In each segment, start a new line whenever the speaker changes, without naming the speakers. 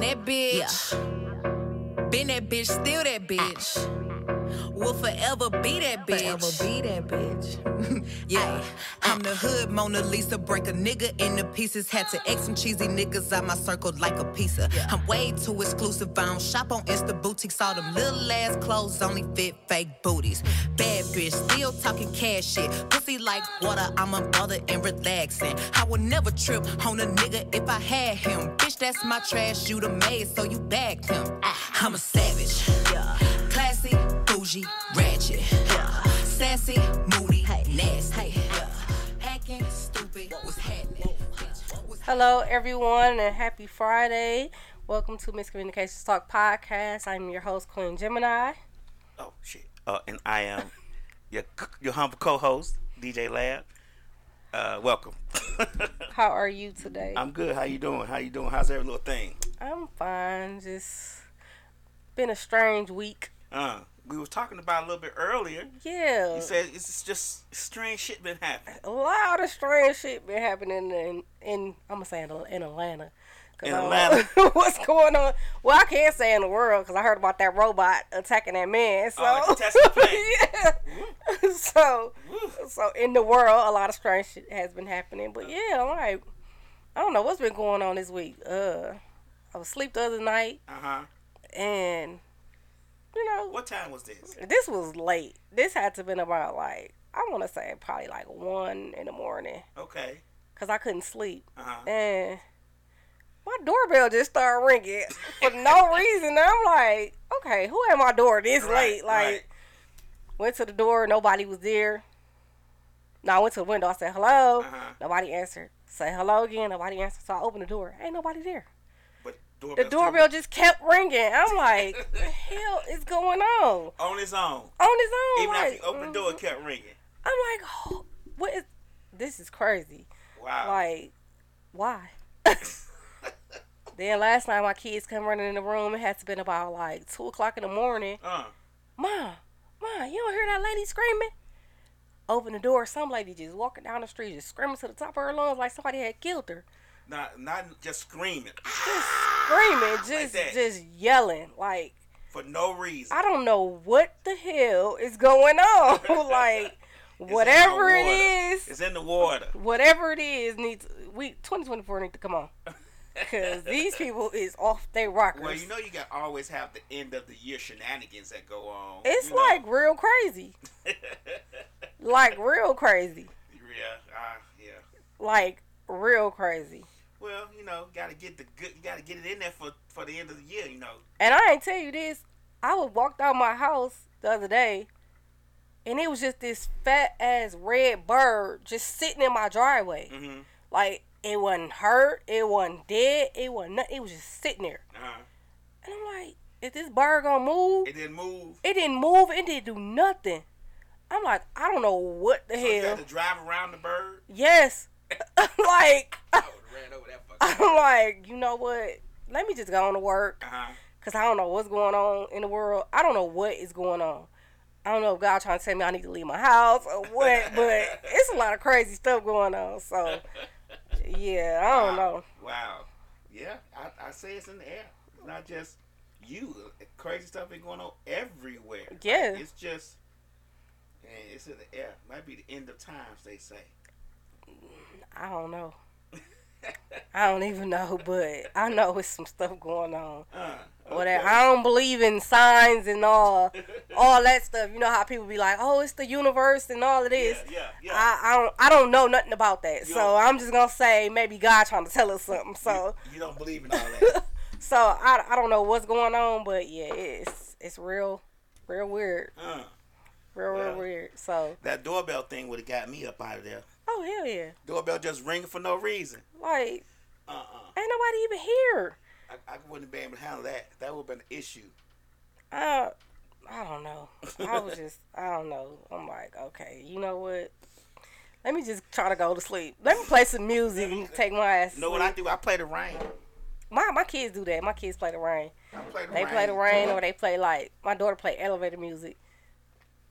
that bitch. Been that bitch, still that bitch. Will forever be that bitch.
Forever be that bitch.
Yeah, I'm the hood Mona Lisa. Break a nigga into pieces. Had to X some cheesy niggas out my circle like a pizza. I'm way too exclusive. I don't shop on Insta boutiques. All them little ass clothes only fit fake booties. Bad bitch, still talking cash shit. Pussy like water, I'm a mother and relaxing. I would never trip on a nigga if I had him. Bitch, that's my trash. You the maid, so you bagged him. I'm a savage. Classy, bougie, ratchet. Sassy, moody, nasty. Hacking, stupid, what's happening?
Hello, everyone, and happy Friday. Welcome to Miscommunications Talk Podcast. I'm your host, Queen Gemini.
Oh shit! Uh, and I am your c- your humble co-host DJ Lab. Uh, welcome.
How are you today?
I'm good. How you doing? How you doing? How's every little thing?
I'm fine. Just been a strange week.
Uh, we was talking about a little bit earlier.
Yeah.
You said it's just strange shit been happening.
a lot of strange shit been happening in, in I'm gonna say in, in Atlanta. 'Cause
In
I don't
Atlanta.
know what's going on? Well, I can't say in the world because I heard about that robot attacking that man. So,
Oh, like the Tesla plant.
yeah. so, so in the world, a lot of strange shit has been happening.
Uh.
But yeah, I'm like, I don't know what's been going on this week. Uh, I was asleep the other night,
Uh huh.
and you know,
What time was this?
this was late. This had to have been about like I want to say probably like one in the morning
Okay.
because I couldn't sleep.
Uh huh.
And my doorbell just started ringing for no reason. And I'm like, okay, who at my door this late? Like, went to the door, nobody was there. No, I went to the window. I said hello.
Uh-huh.
Nobody answered. Say hello again. Nobody answered. So I opened the door. Ain't nobody there.
but doorbell
The doorbell just kept ringing. I'm like, what the hell is going on?
on its own.
On its own.
Even after
like,
you opened the door, it
Mm-hmm.
kept ringing.
I'm like, oh, what is? This is crazy.
Wow.
Like, why? then last night my kids come running in the room. It had to been about like two o'clock in the morning.
uh.
Mom, mom, you don't hear that lady screaming? Open the door. Some lady just walking down the street, just screaming to the top of her lungs like somebody had killed her.
Not not just screaming
Screaming, just
that.
just yelling. Like
for no reason.
I don't know what the hell is going on. like
It's in the
whatever it
water.
is,
It's in the water.
whatever it is needs we 2024 need to come on because these people is off they rockers
Well, you know you got always have the end of the year shenanigans that go on.
it's
you know.
like real crazy like real crazy
yeah, uh, yeah.
like real crazy
Well, you know, gotta get the good, you gotta get it in there for for the end of the year. You know,
and i ain't tell you this i was walked out my house the other day and it was just this fat ass red bird just sitting in my driveway
mm-hmm.
like it wasn't hurt it wasn't dead it wasn't nothing it was just sitting there
uh-huh.
and i'm like is this bird gonna move
it didn't move.
It didn't move. It didn't do nothing. I'm like, I don't know what the
So you
hell.
had to drive around the bird.
Yes. like,
I would ran over that fucker.
I'm like, you know what? Let me just go on to work
Uh-huh.
because I don't know what's going on in the world. I don't know what is going on. I don't know if God trying to tell me I need to leave my house or what, but it's a lot of crazy stuff going on. So, yeah, I don't know.
Wow. Yeah, I, I say it's in the air. It's not just you. Crazy stuff been going on everywhere. Like,
Yeah.
it's just, man, it's in the air. Might be the end of times. They say.
I don't know. I don't even know, but I know it's some stuff going on.
Uh,
Well, that I don't believe in signs and all, all that stuff. You know how people be like, "Oh, it's the universe and all of this."
yeah, yeah.
I, I don't, I don't know nothing about that. So
Yeah.
I'm just gonna say maybe God trying to tell us something. So,
You don't believe in all that.
so I, I don't know what's going on, but yeah, it's it's real, real weird,
uh,
real real
Yeah.
weird. So,
that doorbell thing would have got me up out of there.
oh hell yeah,
Doorbell just ringing for no reason.
like
Uh uh
ain't nobody even here.
I, I wouldn't have been able to handle that. That would have been an issue.
Uh, I don't know. I was just, I don't know. I'm like, okay, you know what? Let me just try to go to sleep. Let me play some music and take my ass. to
You know what I
sleep.
do? I play the rain.
My my kids do that. My kids play the rain.
I play the
They
rain.
play the rain or they play like my daughter play elevator music.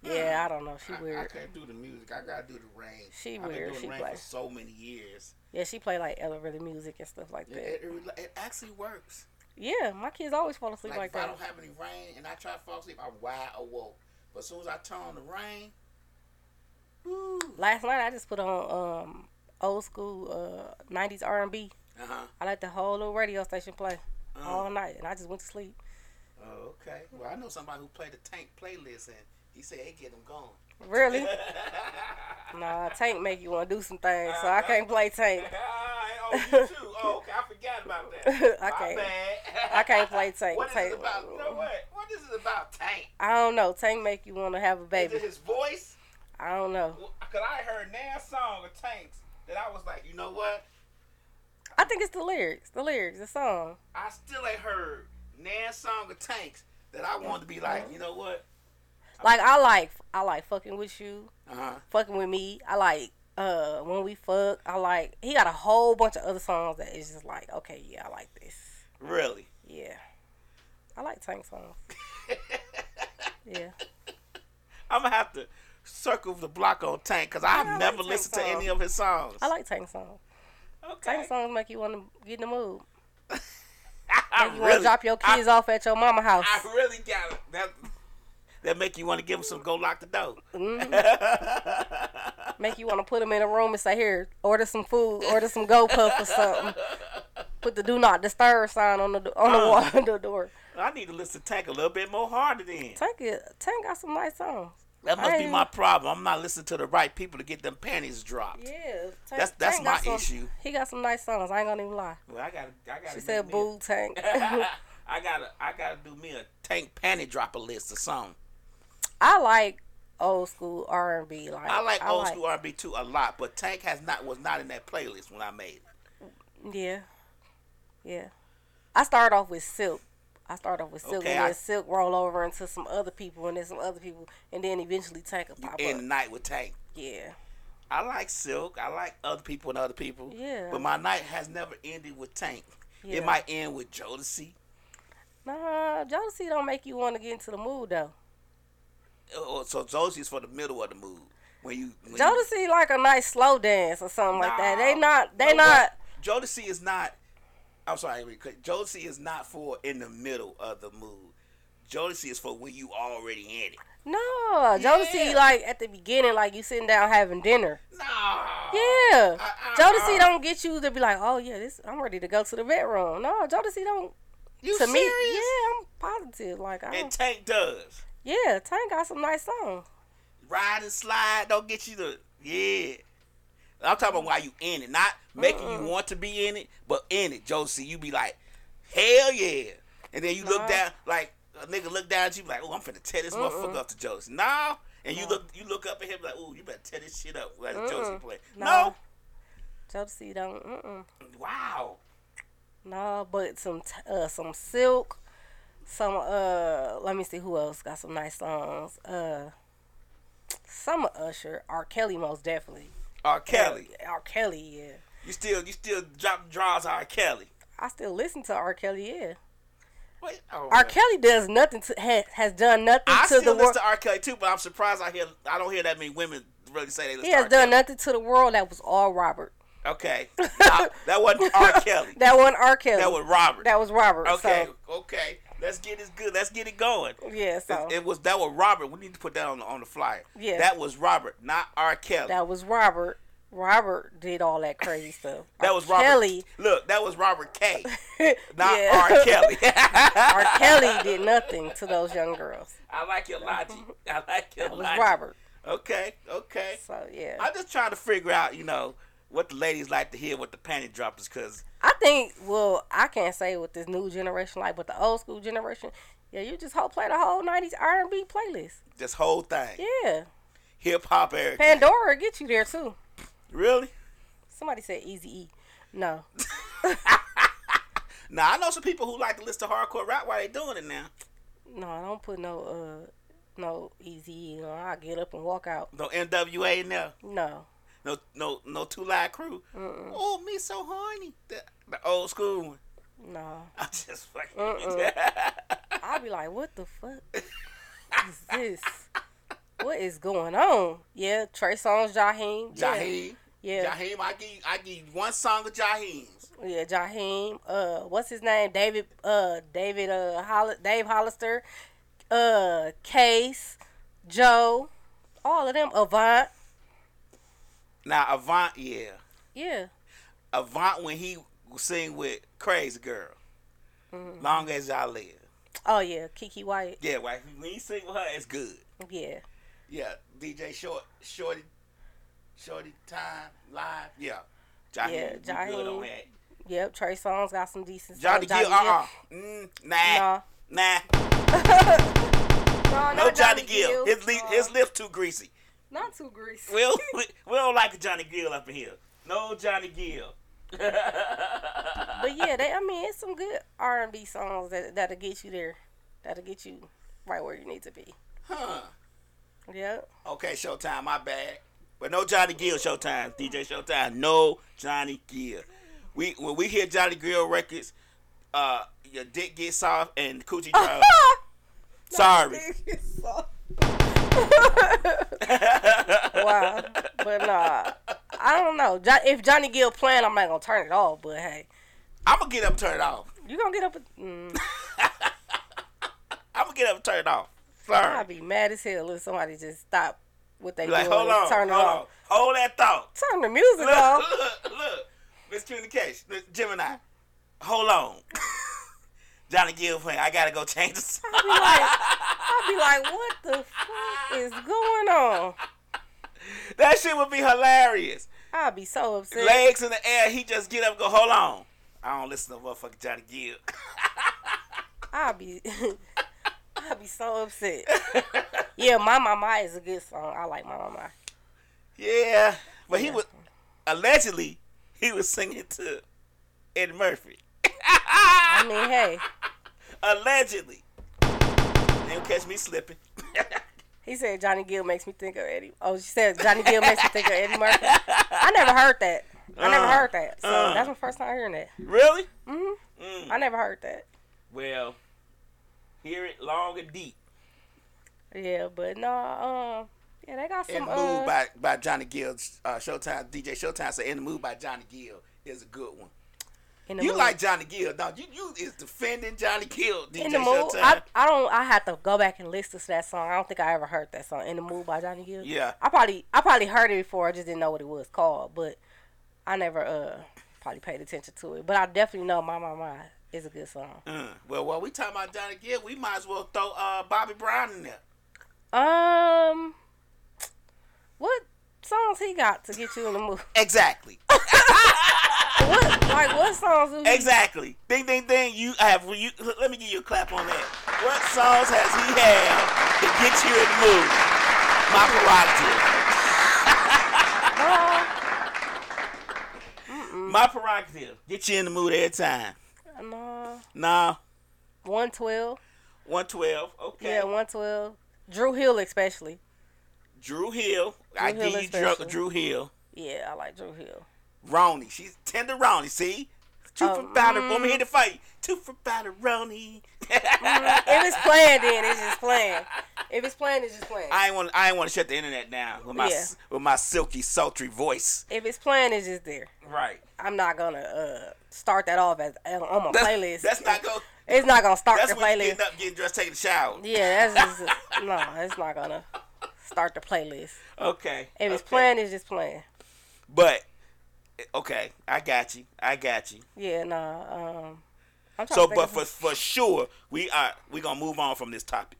Yeah, I don't know. She
I, I
weird.
can't do the music. I gotta do the rain.
She
I've
weird.
been doing
She
rain
play.
for so many years.
Yeah, she play like elevator music and stuff like
It,
that.
it, it, it actually works.
Yeah, my kids always fall asleep like,
Like, if I
that.
don't have any rain and I try to fall asleep, I'm wide awoke. But as soon as I turn on the rain, woo,
Last night I just put on um old school uh 90s R&B.
uh huh.
I let the whole little radio station play all
Uh,
night and I just went to sleep.
oh, okay. Well, I know somebody who played the Tank playlist and he said they get them gone.
Really? nah, Tank make you want to do some things, so
Uh-huh.
I can't play Tank.
oh, you too. Oh, okay. I forgot about that.
I
My
can't-
bad.
I can't play Tank.
What is
Tank.
it about? You know what? What is it about Tank?
I don't know. Tank make you want to have a
Is
baby.
it his voice?
I don't know.
Well, Cause I heard now song of Tank's that I was like, you know what?
I think it's the lyrics, the lyrics, the song.
I still ain't heard Nan song of Tanks that I wanted to be like, you know what?
Like I like, I like fucking with you,
Uh huh.
fucking with me. I like uh when we fuck. I like he got a whole bunch of other songs that is just like, okay, yeah, I like this.
Really?
Yeah, I like Tank songs. yeah,
I'm gonna have to circle the block on Tank because I've
I like
never
Tank
listened to any
songs.
of his songs.
I like Tank songs.
okay.
Tank songs make you want to get in the mood.
I
You want
really,
to drop your kids off at your mama house.
I really got it. That that make you want to give him some go lock the door.
Make you want to put them in a room and say, "Here, order some food, order some Go Puff or something." Put the Do Not Disturb sign on the do- on the
Uh.
wall of the door.
I need to listen to Tank a little bit more harder then.
Tank is, Tank got some nice songs.
That must be
I-
my problem. I'm not listening to the right people to get them panties dropped.
Yeah, Tank,
That's- that's
Tank got
my
some-
issue.
He got some nice songs. I ain't gonna even lie.
Well, I gotta, I gotta.
She
make
said,
me a-
"Boo, Tank."
I gotta, I gotta do me a Tank panty dropper list or something.
I like old school R and B. Like
I like old school R&B too a lot, but Tank has not was not in that playlist when I made it.
Yeah, yeah. I start off with Silk. I start off with Silk,
Okay,
and
I-
then Silk roll over into some other people, and then some other people, and then eventually Tank will pop
In
up.
the night with Tank.
Yeah.
I like Silk. I like other people and other people.
Yeah.
But my night has never ended with Tank.
Yeah.
It might end with Jodeci
Nah, jealousy don't make you want to get into the mood though.
Oh, so Jodeci's for the middle of the mood when you. When you-
Jealousy like a nice slow dance or something like that. They
Nah.
not. They
No,
not.
but Jodeci is not. I'm sorry. wait, quick. Jodeci is not for in the middle of the mood. Jodeci is for when you already in it.
No, Jodeci
Yeah.
like at the beginning, like you sitting down having dinner.
No.
Yeah,
I- I-
Jodeci
I-
don't get you to be like, oh yeah, this I'm ready to go to the bedroom. No, Jodeci don't.
You
to
serious?
me, yeah, I'm positive. Like I,
And
don't,
Tank does.
yeah, Tank got some nice songs.
Ride and slide don't get you to. Yeah. I'm talking about why you in it, not making you want to be in it, but in it, Jodeci. You be like, hell yeah, and then you look
Nah.
down, like a nigga look down at you, be like, oh, I'm finna tear this motherfucker up to Jodeci. No. And you look, you look up at him like, "Ooh, you better tear this shit up." Let Jodeci play.
Nah.
no,
Jodeci don't. Mm-mm.
Wow.
No, but some t- uh, some silk, some uh. Let me see who else got some nice songs. Uh, some of Usher, R. Kelly most definitely.
R. Kelly.
R. Kelly, yeah.
You still you still dropping draws R. Kelly.
I still listen to R. Kelly, yeah.
Wait, oh,
R.
man.
Kelly does nothing to has, has done nothing
I
to
still
the
listen
world.
to R. Kelly too, but I'm surprised I hear I don't hear that many women really say they listen
He
to
has
R.
done
Kelly.
nothing to the world that was all Robert.
Okay. Nah, that wasn't R. Kelly.
That wasn't R. Kelly.
That was Robert.
That was Robert.
okay,
So,
okay. Let's get this good. Let's get it going.
yeah, so
It, it was that was Robert. We need to put that on the on the flyer.
Yeah.
That was Robert, not R. Kelly. That,
that was Robert. Robert did all that crazy stuff. R.
was Robert.
Kelly.
Look, that was Robert K. Not
Yeah.
R. Kelly.
R. Kelly did nothing to those young girls.
I like your logic. I like your
It was
logic.
Robert.
Okay, okay.
So yeah, I,
I'm just trying to figure out, you know, what the ladies like to hear with the panty droppers, cause
think. Well, I can't say with this new generation, like with the old school generation. Yeah, you just whole play the whole '90s R&B playlist.
this whole thing,
Yeah,
hip hop, Eric,
Pandora get you there too.
really?
Somebody said Easy E. No,
Now I know some people who like to listen to hardcore rap while they doing it now.
no, I don't put no uh no Easy E. No, I get up and walk out.
No NWA in there,
No,
no no no Two Live Crew. Oh, me so horny. The, the old school one.
no.
I just fucking.
I'll be like, what the fuck is this? What is going on? Yeah, Trey Songz, Jaheim. Yeah.
Jaheim.
Yeah,
Jaheim, I give you, I give you one song of Jaheim's.
yeah, Jaheim. Uh, what's his name? David. Uh, David. Uh, Holl- Dave Hollister. Uh, Case, Joe, all of them. Avant.
Now Avant, yeah,
Yeah.
Avant when he sing with Crazy Girl,
Mm-hmm.
long as I live.
Oh yeah, Kiki White.
Yeah, right. When he sing with her, it's good.
Yeah.
Yeah, DJ Short, Shorty, Shorty Time Live. Yeah, Jaheim,
Yeah,
you good on
Jaheim.
that.
Yep. Trey Songz got some decent.
Johnny
stuff.
Gill, uh, uh nah, nah,
Nah.
no
not
Johnny Gill. His li-
Nah.
his lips too greasy.
Not too greasy.
We don't, we, we don't like Johnny Gill up in here. No Johnny Gill.
But yeah, they, I mean, it's some good R and B songs that that'll get you there, that'll get you right where you need to be.
Huh.
Yep.
Okay, Showtime, my bad. But no Johnny Gill Showtime, DJ Showtime, no Johnny Gill. We when we hear Johnny Gill records, uh, your dick gets soft and coochie dry. Sorry.
wow. But nah, I don't know. Jo- If Johnny Gill playing, I'm not gonna turn it off. But hey,
I'm gonna get up, and turn it off.
you gonna get up? and- Mm,
I'm gonna get up, and turn it off.
I'd
Sorry.
be mad as hell if somebody just stop what they
Like,
doing.
hold
and
on,
turn
hold
it
on,
off.
hold that thought.
Turn the music
look,
off.
look, look. Miscommunication. Look, Gemini. Hold on. Johnny Gill playing. I gotta go change the song.
I'd be like, I'd be like, what the fuck is going on?
That shit would be hilarious.
I'd be so upset.
Legs in the air, he just get up and go, hold on. I don't listen to motherfucking Johnny Gill.
I'll be I'll be so upset. yeah, My Mama is a good song. I like My Mama.
yeah. But he was allegedly he was singing to Eddie Murphy.
I mean, hey,
Allegedly. Didn't catch me slipping.
he said Johnny Gill makes me think of Eddie. Oh, she said Johnny Gill makes me think of Eddie Murphy. I never heard that. I never
Uh,
heard that. So
uh.
that's my first time hearing that.
really?
I never heard that.
Well, hear it long and deep.
Yeah, but no, um, yeah, they got
In
some.
the Mood
Uh,
by, by Johnny Gill, uh, Showtime, DJ Showtime said In the Mood by Johnny Gill is a good one.
in the
You
mood.
like Johnny Gill, dog. You, you is defending Johnny Gill, DJ
in the mood?
Showtime.
I, I don't. I had to go back and listen to that song. I don't think I ever heard that song. In the mood by Johnny Gill.
Yeah.
I probably I probably heard it before. I just didn't know what it was called, but I never uh probably paid attention to it. But I definitely know my my my is a good song.
Mm. Well, while we talking about Johnny Gill, we might as well throw uh, Bobby Brown in there.
Um, what songs he got to get you in the mood?
Exactly.
What like what songs? do he-
exactly. Ding, ding, ding. You have. You let me give you a clap on that. What songs has he had to get you in the mood? My prerogative.
No,
My prerogative. Get you in the mood every time.
no.
Nah.
One twelve.
One twelve. Okay.
Yeah, one twelve. Drew Hill especially.
Drew Hill. I
Hill
give
is
you Drew,
special.
Drew Hill.
Yeah, I like Drew Hill.
Ronnie. She's tender Ronnie. See. Two
Oh,
for batter. Woman here to fight. Two for batter. Ronnie.
If it's playing, then it's just playing. If it's playing, it's just playing.
I ain't want I ain't want to shut the internet down with my
Yeah.
with my silky sultry voice.
If it's playing, it's just there.
Right.
I'm not gonna uh, start that off as on my
That's,
playlist.
That's not go.
It's not gonna start
That's
the
when you're
playlist.
getting up, getting dressed, taking a shower.
Yeah, that's just no. It's not gonna start the playlist.
Okay.
If it's
okay.
playing, it's just playing.
But okay, I got you. I got you.
Yeah, nah. Um, I'm trying
So,
to think
but
of-
for for sure, we are we gonna move on from this topic.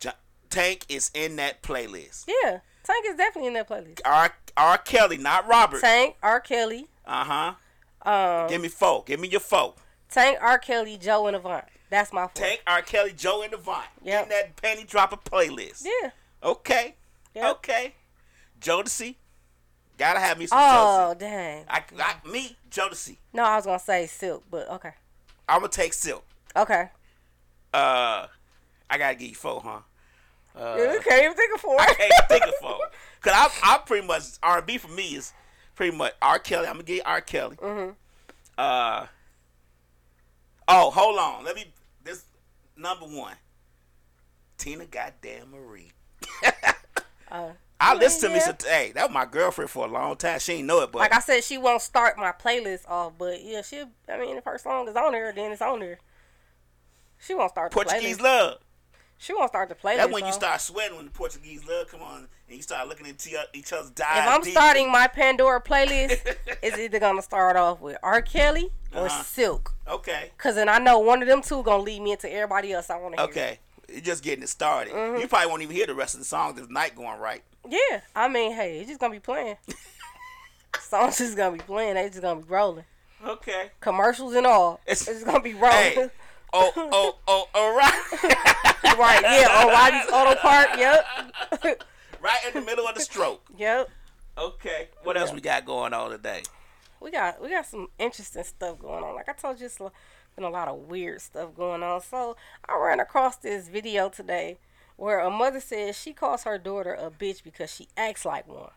Jo- Tank is in that playlist.
yeah, Tank is definitely in that playlist.
R. R. Kelly, not Robert.
Tank, R. Kelly,
Uh huh.
um,
Give me four. Give me your four.
Tank, R. Kelly, Joe, and Avant. That's my four.
Tank, R. Kelly, Joe, and Devon.
Yep.
In that panty dropper playlist.
Yeah.
Okay.
Yep.
Okay. Jodeci. Gotta have me some
Oh
Jodeci.
dang.
I, I, me, Jodeci.
No, I was gonna say Silk, but okay.
I'm gonna take Silk.
Okay.
Uh, I gotta give you four, huh?
you can't even think of four.
Hey, think of four. Cause I, I pretty much R&B for me is pretty much R. Kelly. I'm gonna give you R. Kelly. Mm-hmm. Uh. Oh, hold on. Let me. This number one. Tina, goddamn Marie.
Uh,
I
Yeah,
listened to
yeah.
Lisa. Hey, that was my girlfriend for a long time. She didn't know it, but
Like I said, she won't start my playlist off, but yeah, she. I mean, if her song is on there, then it's on there. She won't start the
Portuguese
playlist.
love.
She won't start the playlist.
That's when you
off.
start sweating when the Portuguese love come on and you start looking into your- each other's eyes.
If I'm
deep.
starting my Pandora playlist, it's either gonna start off with R. Kelly or
Uh-huh.
Silk,
okay,
cause then I know one of them two gonna lead me into everybody else I want to hear.
okay, Mm-hmm. you're just getting it started. You probably won't even hear the rest of the songs if the night going right.
Yeah, I mean, hey, it's just gonna be playing. Songs just gonna be playing. They just gonna be rolling.
Okay.
Commercials and all. It's,
It's-
just gonna be rolling.
Hey. Oh, oh, oh, all right.
right? Yeah. On Roddy's Auto Park. Yep.
right in the middle of the stroke.
Yep.
Okay. What else we got going on today?
we got we got some interesting stuff going on. Like I told you, it's lo- been a lot of weird stuff going on. So I ran across this video today where a mother says she calls her daughter a bitch because she acts like one.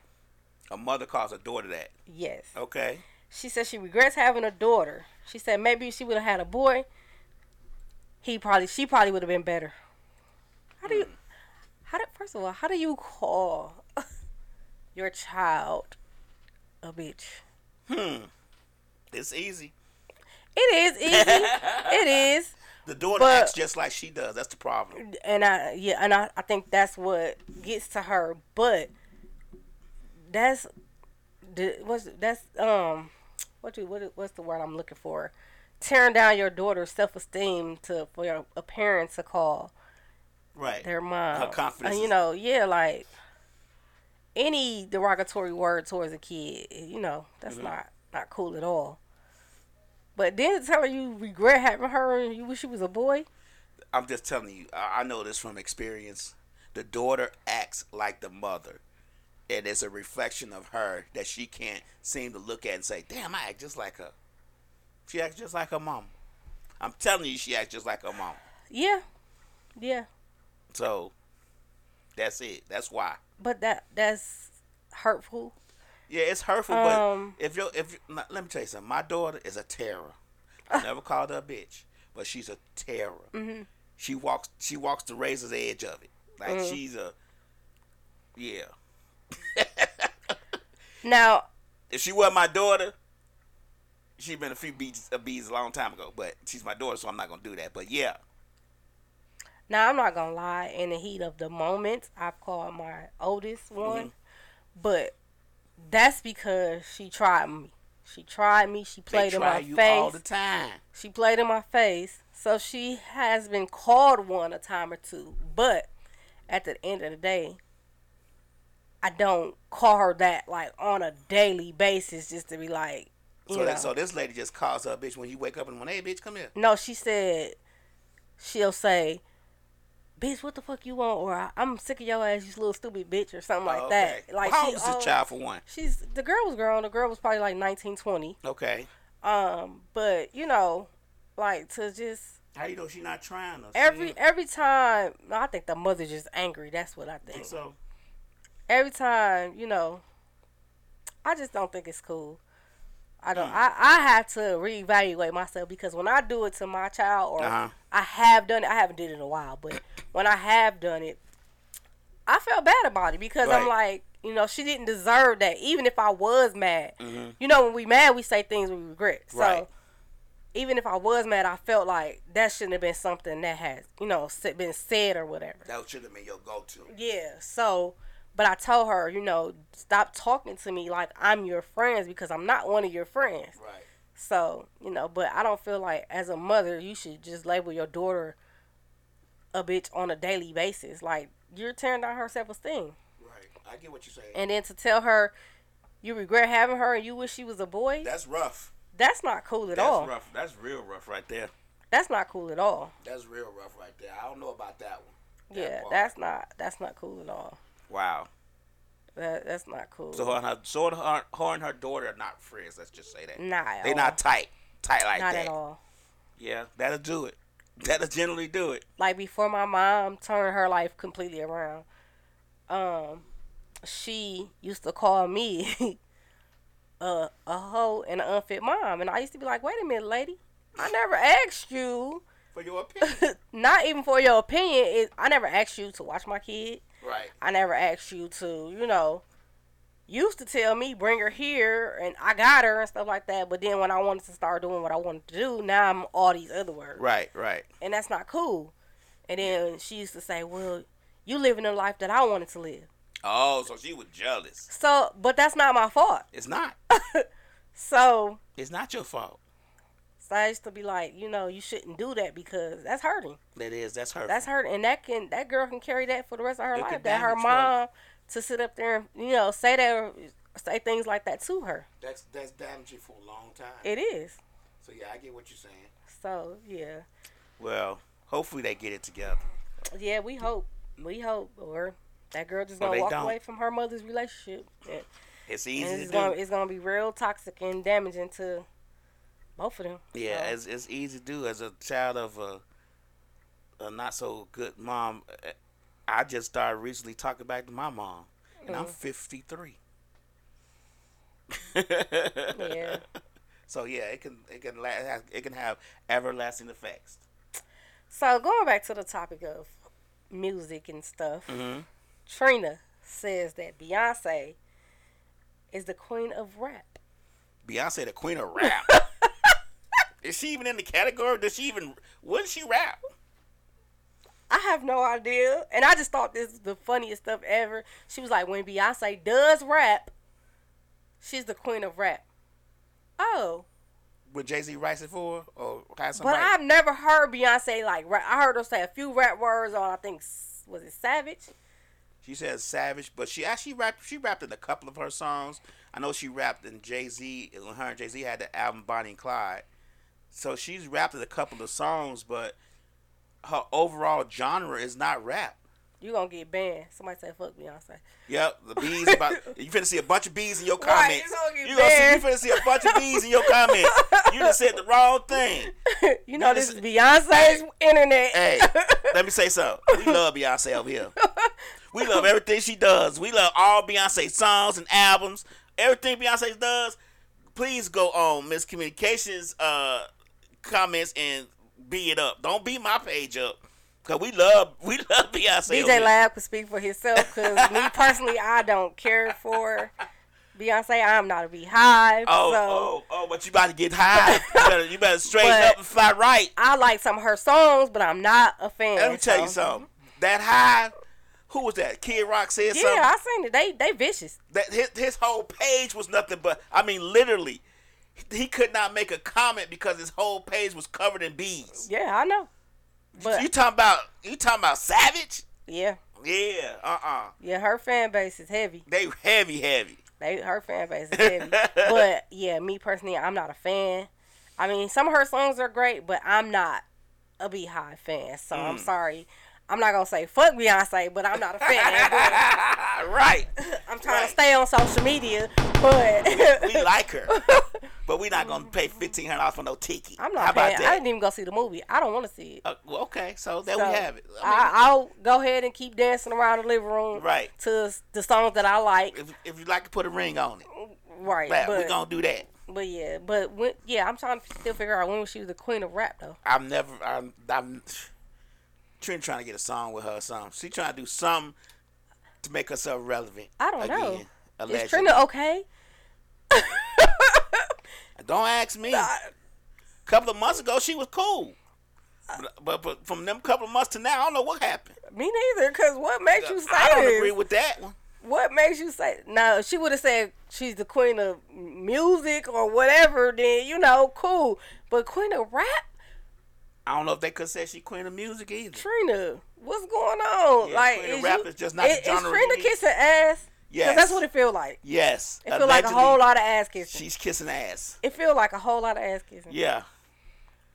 A mother calls her daughter that.
Yes.
Okay.
She says she regrets having a daughter. She said maybe if she would have had a boy, he probably she probably would have been better. How do you how do first of all, how do you call your child a bitch?
It's easy.
It is easy. it is.
The daughter
But-
acts just like she does. That's the problem.
and I yeah, and I, I think that's what gets to her. But that's the what's that's um what you what what's the word I'm looking for? Tearing down your daughter's self esteem to for your, a parent to call
Right.
their mom.
Her confidence
Uh,
is-
you know, yeah, like any derogatory word towards a kid, you know, that's
Mm-hmm.
not not cool at all. But then tell her you regret having her and you wish she was a boy.
I'm just telling you. I, I know this from experience. The daughter acts like the mother, and it's a reflection of her that she can't seem to look at and say, "Damn, I act just like her." She acts just like her mom. I'm telling you, she acts just like her mom.
Yeah, yeah.
So that's it. That's why.
but that that's hurtful.
Yeah, it's hurtful,
Um,
but if you if you, now, let me tell you something, my daughter is a terror.
Ah.
I never called her a bitch, but she's a terror.
Mm-hmm.
She walks she walks the razor's edge of it. Like
Mm.
she's a yeah.
Now,
If she wasn't my daughter, she'd been a few beats a bees a long time ago. But she's my daughter, so I'm not gonna do that. But yeah,
now I'm not gonna lie. In the heat of the moment, I've called my oldest one,
Mm-hmm.
but that's because she tried me. She tried me. She
they
played in
try
my
you all the
face.
time.
She played in my face. So she has been called one a time or two. But at the end of the day, I don't call her that like on a daily basis just to be like. You
So
know.
that, so this lady just calls her a bitch when you wake up in the morning. Hey, bitch, come here.
No, she said she'll say, "Bitch, what the fuck you want?" or "I- "I'm sick of your ass, you little stupid bitch," or something like
Oh, okay.
that. Like
How
she
old is the
al-
child for one?
She's the girl was grown. The girl was probably like 19, 20.
Okay.
Um, but you know, like to just
How you know she not trying us?
every every time. no, I think the mother just angry. That's what I think.
so
Every time, you know, I just don't think it's cool. I
Mm.
don't. I I have to reevaluate myself because when I do it to my child or
Uh-huh.
I have done it. I haven't did it in a while, but when I have done it, I felt bad about it because I'm like, you know, she didn't deserve that. Even if I was mad, you know, when we mad, we say things we regret. So
Mm-hmm. Right.
even if I was mad, I felt like that shouldn't have been something that has, you know, s- been said or whatever.
that should have been your go-to.
Yeah. So, but I told her, you know, stop talking to me like I'm your friends because I'm not one of your friends.
Right.
So, you know, but I don't feel like as a mother, you should just label your daughter a bitch on a daily basis. Like, you're tearing down her self esteem.
Right. I get what you're saying.
And then to tell her you regret having her and you wish she was a boy,
that's rough.
that's not cool at
That's
all.
rough. That's real rough right there.
That's not cool at all.
That's real rough right there. I don't know about that one. That
yeah,
part.
that's not that's not cool at all.
wow.
That that's not cool.
So her, and her, so her, her and her daughter are not friends. Let's just say that.
not at
They
all.
not tight, tight like
not
that.
at all.
Yeah, that'll do it. That'll generally do it.
like before my mom turned her life completely around um she used to call me a a hoe and an unfit mom and i used to be like wait a minute lady i never asked you
For your opinion,
not even for your opinion is i never asked you to watch my kid
Right.
I never asked you to, you know, used to tell me bring her here and I got her and stuff like that. But then when I wanted to start doing what I wanted to do, now I'm all these other words,
Right. Right.
and that's not cool. And then she used to say, "Well, you living the life that I wanted to live."
Oh, so she was jealous.
So, but that's not my fault.
It's not.
So
It's not your fault.
So I used to be like, you know, you shouldn't do that because that's hurting.
That is. That's her.
That's hurting, and that can that girl can carry that for the rest of her
It
life.
could
That her
damage her.
mom to sit up there and you know say that say things like that to her.
That's that's damaging for a long time.
It is.
so yeah, I get what you're saying.
So yeah,
Well, hopefully they get it together.
yeah. We hope, we hope, or that girl just
Well,
gonna
they
walk
don't.
away from her mother's relationship, and,
It's
and
easy
it's
to
gonna
do.
it's gonna be real toxic and damaging to both of them.
Yeah,
So,
it's, it's easy to do as a child of a, a not so good mom. Uh, I just started recently talking back to my mom, and
Mm-hmm.
I'm 53.
yeah.
So yeah, it can it can la- it can have everlasting effects.
So going back to the topic of music and stuff,
Mm-hmm.
Trina says that Beyonce is the queen of rap.
Beyonce, the queen of rap. is she even in the category? Does she even? Would she rap?
I have no idea, and I just thought this was the funniest stuff ever. She was like, when Beyonce does rap, she's the queen of rap. Oh,
Would Jay Z write it for her or have
but
somebody?
I've never heard Beyonce like rap. I heard her say a few rap words on I think s- was it Savage.
She says savage, but she actually rapped. She rapped in a couple of her songs. I know she rapped in Jay Z. When her and Jay Z had the album Bonnie and Clyde, so she's rapped in a couple of songs, but her overall genre is not rap.
You gonna get banned? Somebody say fuck Beyonce.
Yep, the bees. About, you finna see a bunch of bees in your comments.
it's gonna get
you gonna see, you
banned.
finna see a bunch of bees in your comments. You just said the wrong thing.
You know this
this-
is Beyonce's internet.
Hey, let me say something. We love Beyonce over here. We love everything she does. We love all Beyonce songs and albums. Everything Beyonce does. Please go on Miss Communications uh, comments and be it up. Don't beat my page up. Cause we love we love Beyonce. over
DJ
here.
Lab could speak for himself because me personally, I don't care for Beyonce. I'm not a beehive,
Oh,
so
oh, oh, but you about to get high. you, better, you better straighten
But-
up and fly right.
I like some of her songs, but I'm not a fan.
Let me tell you
so-
something. That high, who was that? Kid Rock said
Yeah,
something.
I seen it. They they vicious.
that his, his whole page was nothing but I mean literally he could not make a comment because his whole page was covered in bees.
Yeah, I know. But
You talking about you talking about savage?
yeah,
Yeah, uh uh
yeah, her fan base is heavy.
They heavy heavy.
They her fan base is heavy. but yeah, me personally, I'm not a fan. I mean, some of her songs are great, but I'm not a Beehive fan. So I'm
Mm.
sorry. I'm not gonna say fuck Beyonce, but I'm not a fan. But
right.
I'm trying
Right.
to stay on social media, but
We like her. But we're not gonna pay fifteen hundred dollars for no tiki.
I'm
How
not
about
paying. I
that?
didn't even go see the movie. I don't want to see it.
Uh, well, okay, so there
So,
we have it. I mean,
I will go ahead and keep dancing around the living room,
Right.
To s- the songs that I like,
if, if you like to put a ring on it,
right?
but
but,
we're gonna do that.
but yeah, but when, yeah, I'm trying to still figure out when she was the queen of rap though.
I'm never. I'm. I'm. Trent trying to get a song with her. Or something. She trying to do something to make herself relevant.
I don't know.
again, Allegedly.
Is Trina okay?
Don't ask me. couple of months ago, she was cool. But, but, but from them couple of months to now, I don't know what happened.
Me neither. Cause what makes you say
I don't
this?
agree with that one.
what makes you say? Now, if she would have said she's the queen of music or whatever, then you know, cool. But queen of rap.
I don't know if they could say she queen of music either.
Trina, what's going on?
Yeah,
like,
Trina
is
rap
you,
is just not the
is, is
genre
Trina
you need.
kissing ass?
Yes.
Yes, that's what it feel like.
Yes.
It feel like a
allegedly,
whole lot of ass kissing.
She's kissing ass.
it feel like a whole lot of ass kissing.
Yeah.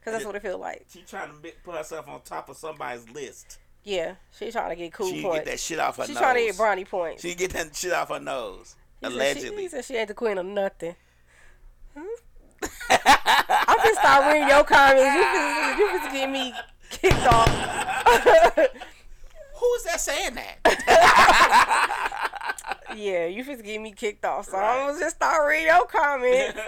cause that's what it feel like.
She trying to be- put herself on top of somebody's list.
Yeah, she's trying to get cool
She
points.
get that shit off her
she's
nose.
trying to get brownie points.
She get that shit off her nose.
He said she-
allegedly.
he said she ain't the queen of nothing. Hmm? I'm finna start reading your comments. You finna, you finna get me kicked off.
Who is that saying that?
Yeah, you finna get me kicked off. So I'm gonna just start reading your comments.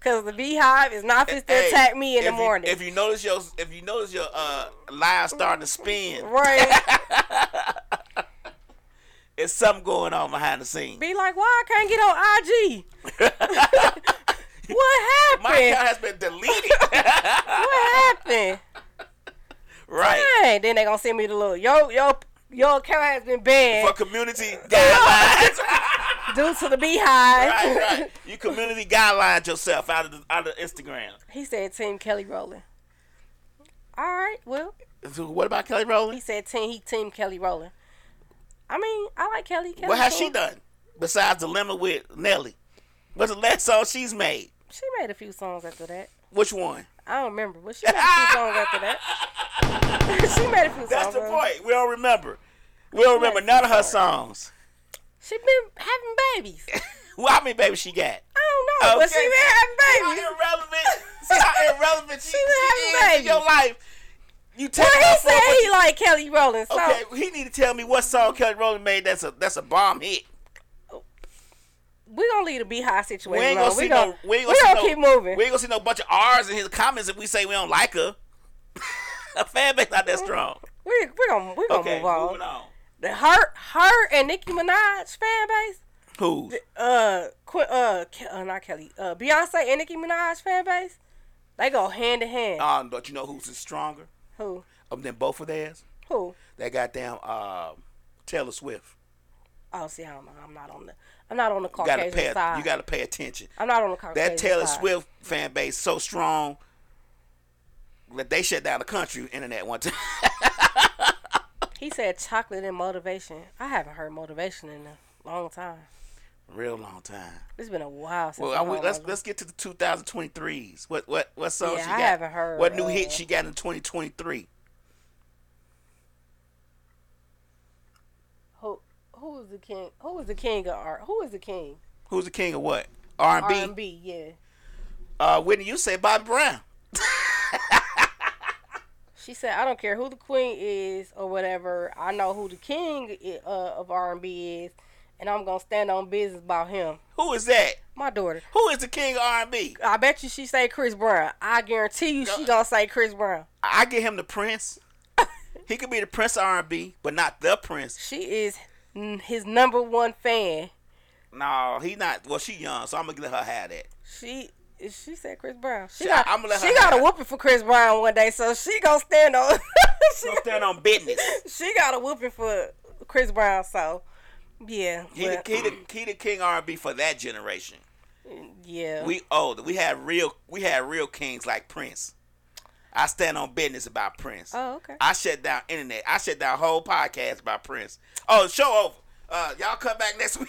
Cause the beehive is not finna
Hey,
attack me in the
if you-
morning.
if you notice your if you notice your uh line starting to spin,
Right.
It's something going on behind the scenes.
Be like, why I can't get on IG? what
My account
happened?
has been deleted.
What happened?
right.
Dang. Then they gonna send me the little yo yo your account has been
For
banned
community guidelines.
due to the beehive.
right, right. You community guidelines yourself out of the, out of Instagram.
He said Team Kelly Rowland. All right, well,
So what about Kelly
he
Rowland?
said Team he Team Kelly Rowland. I mean, I like Kelly. Kelly
What has
cool.
she done besides Dilemma with Nelly? What's the last song she's made?
She made a few songs after that.
Which one?
I don't remember, but she made a few songs after that. she made a few songs.
That's the
after-
point. We don't remember. We don't remember none of her songs.
She been having babies. I
Well, how many babies she got?
don't know, but she
Okay.
been having
See
babies.
how irrelevant. See how irrelevant she,
She was
she
having
is in
babies.
your life. You take
But
her
he
for
said
what
he like Kelly Rowland, so
Okay, he need to tell me what song Kelly Rowland made. That's a that's a bomb hit.
we gonna leave the beehive situation
We ain't
alone.
gonna see
we gonna,
no. We ain't
we
gonna, see
gonna
no-
keep moving.
We ain't gonna see no bunch of R's in his comments if we say we don't like her. Her fan base not that strong.
We we gonna we gonna
Okay,
move on.
moving on.
The- Her her and Nicki Minaj fan base.
Who?
uh, Qu- uh, Ke- uh, not Kelly, uh, Beyonce and Nicki Minaj fan base, they go hand in hand.
Um, but you know who's stronger
Who?
um, than both of theirs?
Who?
That goddamn um, Taylor Swift.
Oh, see, I don't know. I'm not on the. I'm not on the
You gotta
Caucasian
pay.
side.
You gotta pay attention.
I'm not on the Caucasian
That Taylor
side.
Swift fan base so strong that they shut down the country internet one time.
He said chocolate and motivation. I haven't heard motivation in a long time.
Real long time.
It's been a while since.
Well,
I
I, we-
heard
let's
one.
let's get to the 2023s. What what what song
Yeah,
she
I
got?
haven't heard,
What new hit
uh,
she got in 2023?
Who? Who is the king? Who is the king of art? Who is the king?
Who's the king of what? R
R
and
and
B.
B. Yeah.
Uh, Whitney, you say Bobby Brown.
She said, "I don't care who the queen is or whatever. I know who the king i- uh, of R and B is, and I'm gonna stand on business about him."
Who is that?
My daughter.
Who is the king of R and B?
I bet you she say Chris Brown. I guarantee you she gonna say Chris Brown.
I I get him the Prince. he could be the Prince of R and B, but not the Prince.
She is n- his number one fan.
No, he not. Well, she young, so I'm gonna let her have that.
She she said Chris Brown. She
She-
got
I'ma let
she
her
got
have
a
it.
whooping for Chris Brown one day, so she gonna stand on. she,
Don't stand on business.
she got a whooping for Chris Brown, so yeah,
He the,
but,
he the, he the king R and B for that generation.
yeah.
We old. We had real. We had real kings like Prince. I stand on business about Prince.
oh okay.
I shut down internet. I shut down whole podcast about Prince. Oh, show over. Uh, y'all come back next week.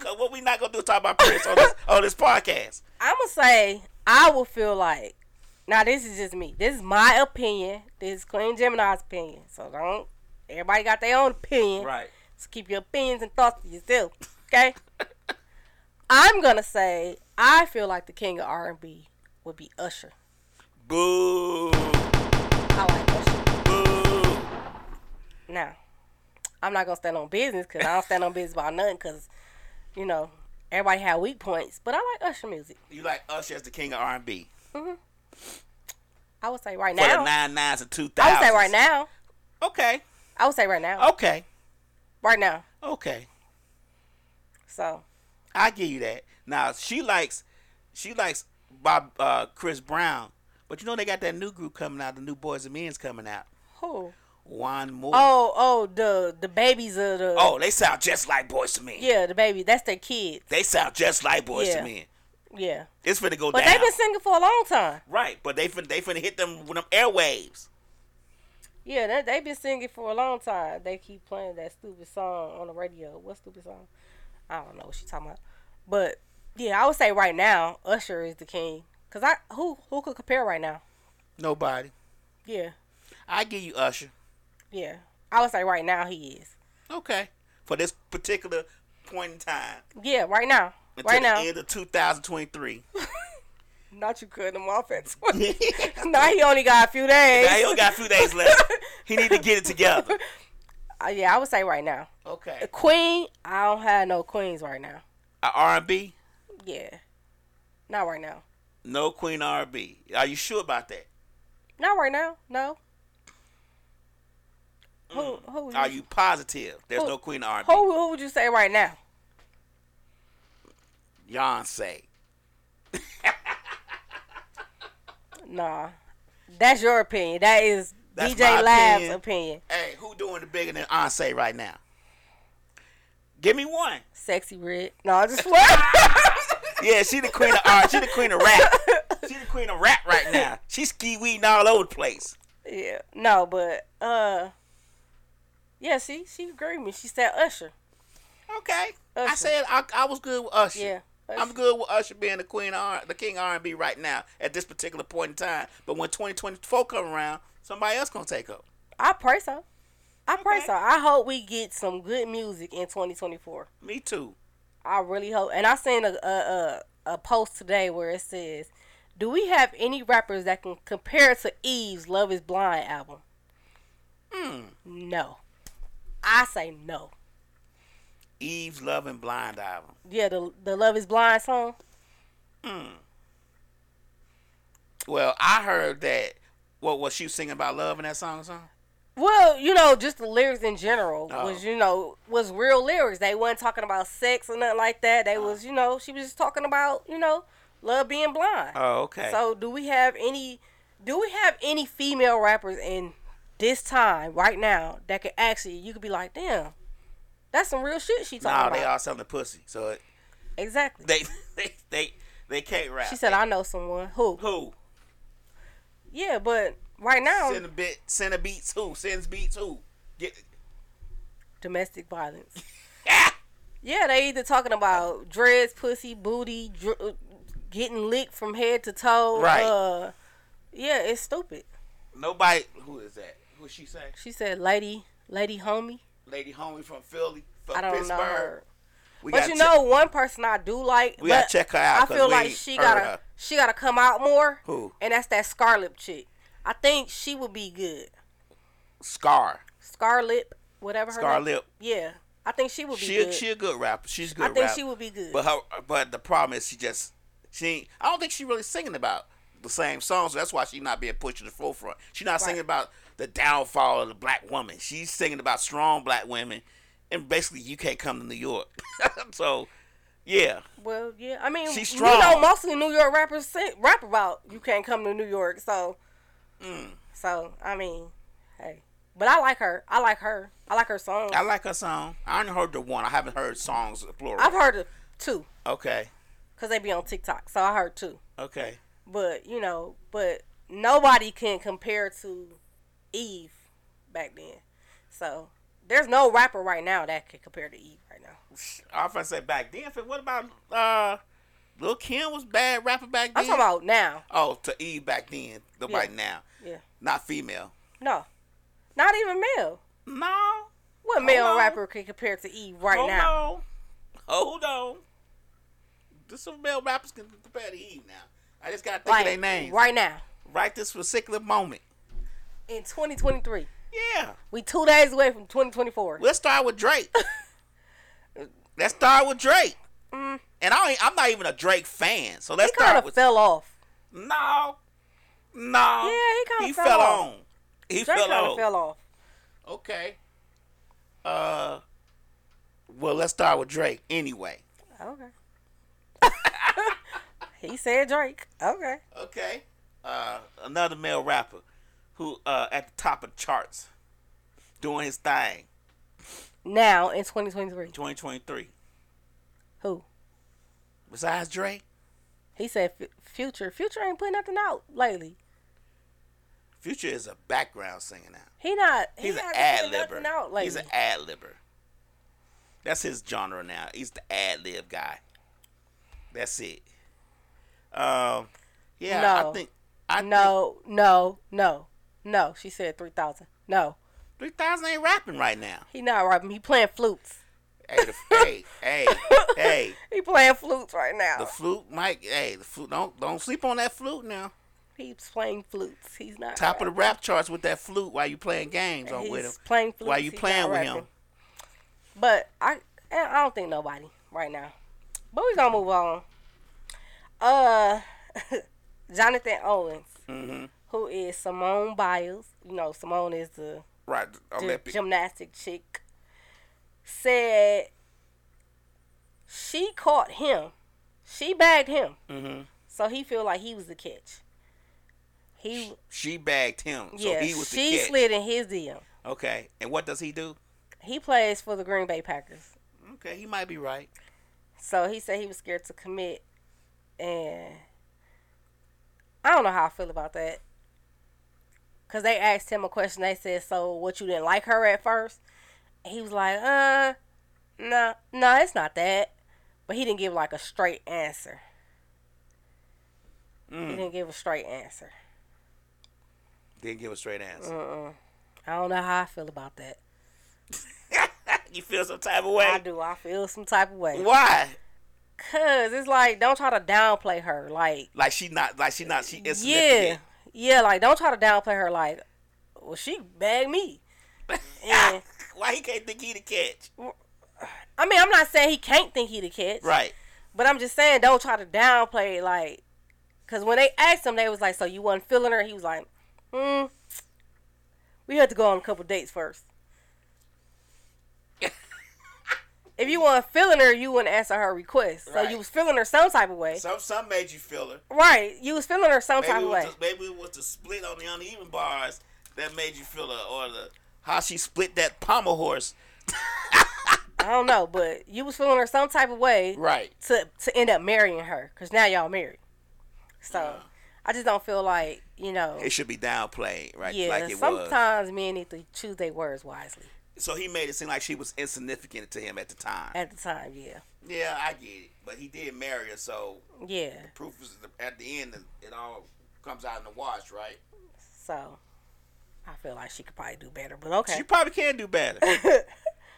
'Cause what we not gonna do is talk about Prince on this on this podcast.
I'm gonna say I will feel like now this is just me. This is my opinion. This is Queen Gemini's opinion. So don't everybody got their own opinion. So keep your opinions and thoughts to yourself. Okay. I'm gonna say I feel like the king of R&B would be Usher.
Boo.
I like Usher.
Boo.
Now I'm not gonna stand on business because I don't stand on business about nothing because you know everybody have weak points. But I like Usher music.
You like Usher as the king of R and B
I would say right
for the
now.
nine nines and two
I
thousands.
would say right now.
Okay.
I would say right now.
Okay.
Right now.
Okay.
So
I give you that. Now she likes, she likes Bob uh, Chris Brown, but you know they got that new group coming out. The new Boys and Men's coming out.
who?
One more.
Oh, oh, the the babies of the
Oh, they sound just like Boys and Men.
yeah, the baby. That's their kids.
They sound just like Boys
Yeah.
and Men.
Yeah,
It's finna go
but
down.
they've been singing for a long time.
right, but they finna they finna hit them with them airwaves.
Yeah, they, they've been singing for a long time. They keep playing that stupid song on the radio. What stupid song? I don't know what she talking about. But yeah, I would say right now Usher is the king. Cause I who who could compare right now?
Nobody.
Yeah,
I give you Usher.
yeah. I would say right now he is.
Okay. For this particular point in time.
Yeah, right now.
Until
Right
the
now.
end of 2023.
Not you cutting him off at twenty. now he only got a few days.
now he only got a few days left. He need to get it together.
Uh, yeah, I would say right now.
Okay.
Queen, I don't have no queens right now.
Uh, R&B?
Yeah. Not right now.
No Queen R&B. Are you sure about that?
Not right now. No. Who who
Are you positive? There's no queen of R&B.
who who would you say right now?
Beyonce.
Nah, that's your opinion. That is
That's my
DJ Lab's
opinion.
opinion.
Hey, who doing the bigger than Beyonce right now? Give me one.
Sexy red. No, I just swear.
Yeah, she the queen of R. She the queen of rap. She the queen of rap right now. She's ski weeding all over the place.
yeah, no, but uh, yeah. See, she agreed with me. She said Usher.
Okay. I
Usher.
said I, I was good with Usher.
Yeah,
I'm good with Usher being the queen of R, the king of R&B right now at this particular point in time. But when 2024 come around, somebody else gonna take up.
I pray so. I pray
Okay.
so. I hope we get some good music in 2024.
Me too.
I really hope. And I seen a a, a, a post today where it says, "Do we have any rappers that can compare to Eve's Love Is Blind album?" No, I say no.
Eve's Love and Blind album.
Yeah, the the Love Is Blind song.
Well, I heard that. What was she was singing about love in that song? or something?
Well, you know, just the lyrics in general
Oh.
was, you know, was real lyrics. They wasn't talking about sex or nothing like that. They was, you know, she was just talking about, you know, love being blind.
Oh, okay.
So, do we have any? Do we have any female rappers in this time right now that could actually you could be like, damn, that's some real shit she
nah,
talking
they
about.
all selling the pussy. So it,
Exactly.
they they they they can't rap.
she said, I know someone who.
who
Yeah, but right now,
send a bit send a beats who sends beats who get
domestic violence. yeah, they either talking about dreads, pussy, booty, dr- uh, getting licked from head to toe.
Right.
Uh, yeah, it's stupid.
nobody. Who is that? Who she say?
She said, "Lady, lady, homie."
Lady homie from Philly, from
I don't
Pittsburgh.
know her.
We
But
gotta
you
check-
know, one person I do like.
We gotta
but
check her out,
I
'cause
feel
we
like
ain't
she
heard
gotta
her.
she gotta come out more.
Who?
And that's that Scarlet chick. I think she would be good.
Scar.
Scarlet, whatever her name.
Scarlett.
Yeah, I think she would be
She a,
good.
she a good rapper. She's a good.
I think
rapper.
she would be good.
But her, but the problem is she just she. ain't- I don't think she really singing about the same songs. that's why she not being pushed to the forefront. She not singing about the downfall of the black woman. She's singing about strong black women, and basically you can't come to New York. so, yeah,
Well, yeah. I mean,
She's
you know,
strong.
mostly New York rappers say, rap about you can't come to New York. So,
Mm.
so I mean, hey, but I like her. I like her. I like her song.
I like her song. I only heard the one. I haven't heard songs plural.
I've heard of two
okay,
because they be on TikTok. So I heard two.
okay.
But you know, but nobody can compare to Eve back then. So there's no rapper right now that can compare to Eve right now.
I was gonna say back then. What about uh, Lil Kim was bad rapper back then.
I'm talking about now.
oh to Eve back then. The
Yeah.
right now,
Yeah.
not female.
No, not even male.
No.
What male
on.
rapper can compare to Eve right
Hold
now?
on. Hold on. There's some male rappers can compare to Eve now. I just gotta think
like
of their names. Right.
right now
this particular moment.
in 2023.
Yeah.
We two days away from 2024.
Let's start with Drake. let's start with Drake. And I ain't, I'm not even a Drake fan, so let's
Mm. he kind
start
of
with
fell off.
no,
Yeah,
no.
he kinda
he
fell
fell
off.
on. He
Drake
fell
kind
on.
of fell off.
Okay. Uh, well, let's start with Drake anyway.
Okay. he said Drake. Okay.
Okay. Uh, another male rapper who uh at the top of charts, doing his thing.
Now in 2023,
2023.
who?
Besides Drake,
He said F- Future. Future ain't putting nothing out lately.
Future is a background singer now.
He not. He
He's an
hasn't
ad
put nothing out
libber.
lately.
He's an ad libber. That's his genre now. He's the ad lib guy. That's it. Um, yeah, I
No.
think I think
no, no, no, no. She said 3,000. No,
three thousand ain't rapping right now.
he not rapping. He playing flutes.
Hey, the, hey, hey, hey.
He playing flutes right now.
The flute, Mike. Hey, the flute. Don't don't sleep on that flute now.
He's playing flutes. He's not
top of
rapping.
the rap charts with that flute while you playing games on
He's
with him.
playing flutes.
while you
he's
playing
not
with
rapping.
him.
But I, and I don't think nobody right now. But we gonna move on. Uh,
Mm-hmm.
Jonathan Owens, who is Simone Biles. You know, Simone is the
right,
gy-
Olympic.
gymnastic chick, said she caught him. She bagged him.
Mm-hmm.
So he feel like he was the catch. He
She bagged him, so
yeah,
he was the
she
catch.
slid in his DM.
Okay, and what does he do?
He plays for the Green Bay Packers.
Okay, he might be right.
So he said he was scared to commit, and I don't know how I feel about that. Cause they asked him a question. They said, "So what? You didn't like her at first? And he was like, "Uh, no, nah, no, nah, it's not that." But he didn't give like a straight answer. He didn't give a straight answer.
Didn't give a straight answer.
Uh. I don't know how I feel about that.
You feel some type of way?
I do. I feel some type of way.
Why?
Cause it's like, don't try to downplay her. Like,
Like she not? Like she not? She
Yeah,
insignificant.
yeah. Like, don't try to downplay her. Like, well, she bagged me. And,
Why he can't think he the catch?
I mean, I'm not saying he can't think he the catch,
Right.
But I'm just saying don't try to downplay it. Like, cause when they asked him, they was like, "So you wasn't feeling her?" He was like, "Hmm, we had to go on a couple dates first. if you weren't feeling her, you wouldn't answer her request. So
Right.
you was feeling her some type of way,
Some some made you feel her.
right? You was feeling her some
Maybe
type
it,
of
was
way.
the, maybe it was the split on the uneven bars that made you feel her, or the how she split that pommel horse.
I don't know, but you was feeling her some type of way,
Right.
to to end up marrying her because now y'all married. So I just don't feel like you know.
It should be downplayed, right?
yeah,
like it was.
sometimes men need to choose their words wisely
So he made it seem like she was insignificant to him at the time.
at the time. Yeah,
yeah, I get it, but he did marry her, so
yeah.
proof is at the end. It all comes out in the wash, right?
So I feel like she could probably do better, but okay.
She probably can do better.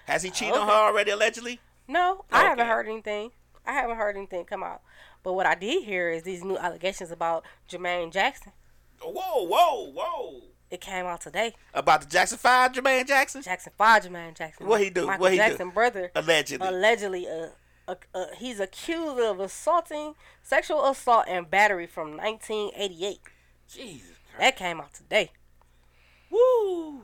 Has he cheated on her already allegedly?
no, I haven't
Okay.
heard anything. I haven't heard anything come out. But what I did hear is these new allegations about Jermaine Jackson.
Whoa, whoa, whoa!
It came out today.
About the Jackson Five, Jermaine Jackson,
Jackson Five, Jermaine Jackson.
What he do?
Michael
What he do?
Jackson brother.
allegedly.
allegedly uh, uh, uh, he's accused of assaulting sexual assault and battery from 1988
Jesus Christ!
that came out today
Woo!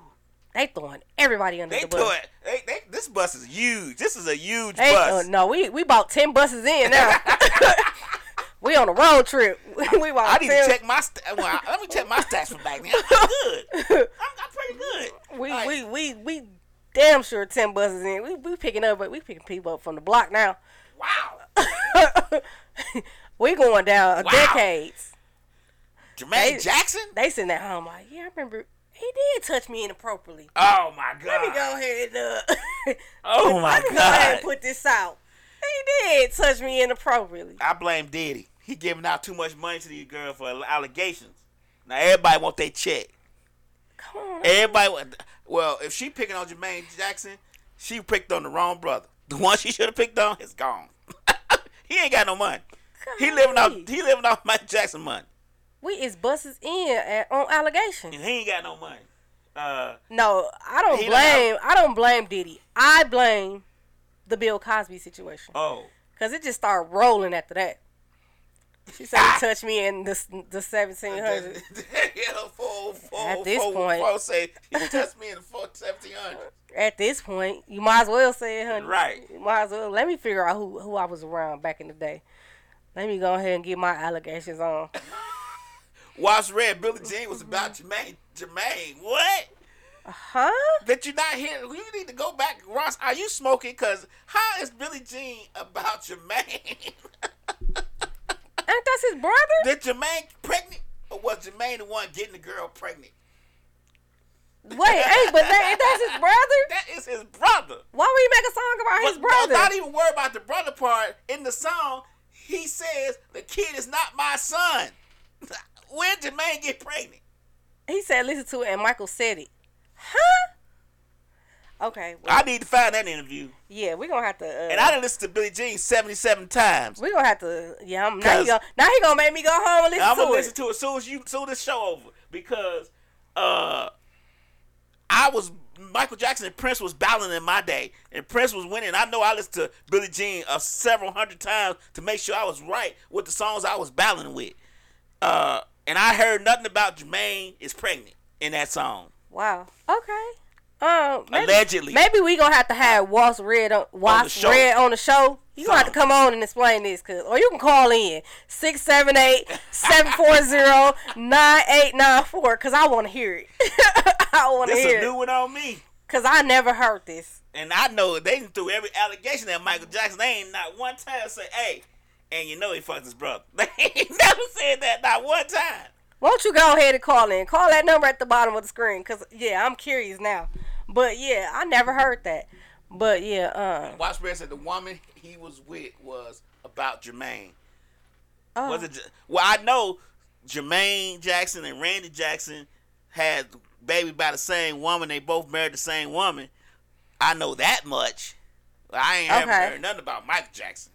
they throwing everybody under
They
the
do
bus
it. They, they, this bus is huge. This is a huge
They-
bus.
uh, no we we bought 10 buses in now we on a road trip we
I
bought
need
10
to check my. St- well, I- let me check my stats from back then. I'm good. I'm, I'm pretty good.
we,
Like,
we we we damn sure 10 buses in we, we picking up but we picking people up from the block now
wow.
we going down
Wow.
decades
Jermaine
They-
Jackson.
they sitting at home like yeah i remember he did touch me inappropriately
Oh my God.
Let me go ahead and uh,
Oh my
let me go ahead
God.
and put this out. He did touch me inappropriately.
I blame Diddy. He giving out too much money to these girls for allegations. Now everybody want their check.
Come on,
Everybody want. Well, if she picking on Jermaine Jackson, she picked on the wrong brother. The one she should have picked on is gone. he ain't got no money. He living off.
Golly.
He living off Mike Jackson money.
we is buses in at, on allegations.
And he ain't got no money. Uh,
No, I don't
He done-
blame. I don't blame Diddy. I blame the Bill Cosby situation
oh.
because it just started rolling after that. She said
Ah.
he touched me in the the seventeen hundred.
yeah, four, four,
At this
four,
point.
four, say he touched me in the four seventeen hundred.
At this point, you might as well say it, honey.
Right.
You might as well let me figure out who who I was around back in the day. Let me go ahead and get my allegations on.
Watch Red Billy Jean was about Jermaine. Jermaine, what?
Huh?
That you not here? You need to go back, Ross. Are you smoking? Cause how is Billy Jean about Jermaine?
Ain't that's his brother?
Did Jermaine pregnant, or was Jermaine the one getting the girl pregnant?
Wait, hey, but that, ain't that's his brother?
That is his brother.
Why would he make a song about his
But
brother?
Not even worry about the brother part in the song. He says the kid is not my son. When did Jermaine get pregnant? e-
he said, listen to it, and Michael said it. Huh? Okay. Well,
I need to find that interview.
yeah, we're gonna have to. Uh,
And I done listened to Billy Jean seventy-seven times.
we're gonna have to. Yeah, I'm, now he
'Cause-
gonna now he gonna make me go home and listen
I'm
to
gonna
it.
listen to it soon as you soon as this show over because uh I was Michael Jackson and Prince was battling in my day, and Prince was winning. I know I listened to Billie Jean uh, several hundred times to make sure I was right with the songs I was battling with. Uh, and I heard nothing about Jermaine is pregnant in that song.
wow. Okay. Um, maybe,
Allegedly.
Maybe we gonna have to have Wasp Red on Wasp
show.
Red on the show. You gonna have to come on and explain this, cause or you can call in 678-740-9894, cause I want to hear it. I want to
This
hear
a new
it,
one on me.
cause I never heard this.
And I know they threw every allegation at Michael Jackson. They ain't not one time say, hey, and you know he fucked his brother. They ain't never said that, not one time.
Won't you go ahead and call in? Call that number at the bottom of the screen, cause yeah, I'm curious now. But yeah, I never heard that. But yeah, um,
Watch Red said the woman he was with was about Jermaine.
oh,
Was it? J- Well, I know Jermaine Jackson and Randy Jackson had baby by the same woman. They both married the same woman. I know that much. I ain't haven't
Okay.
heard nothing about Michael Jackson.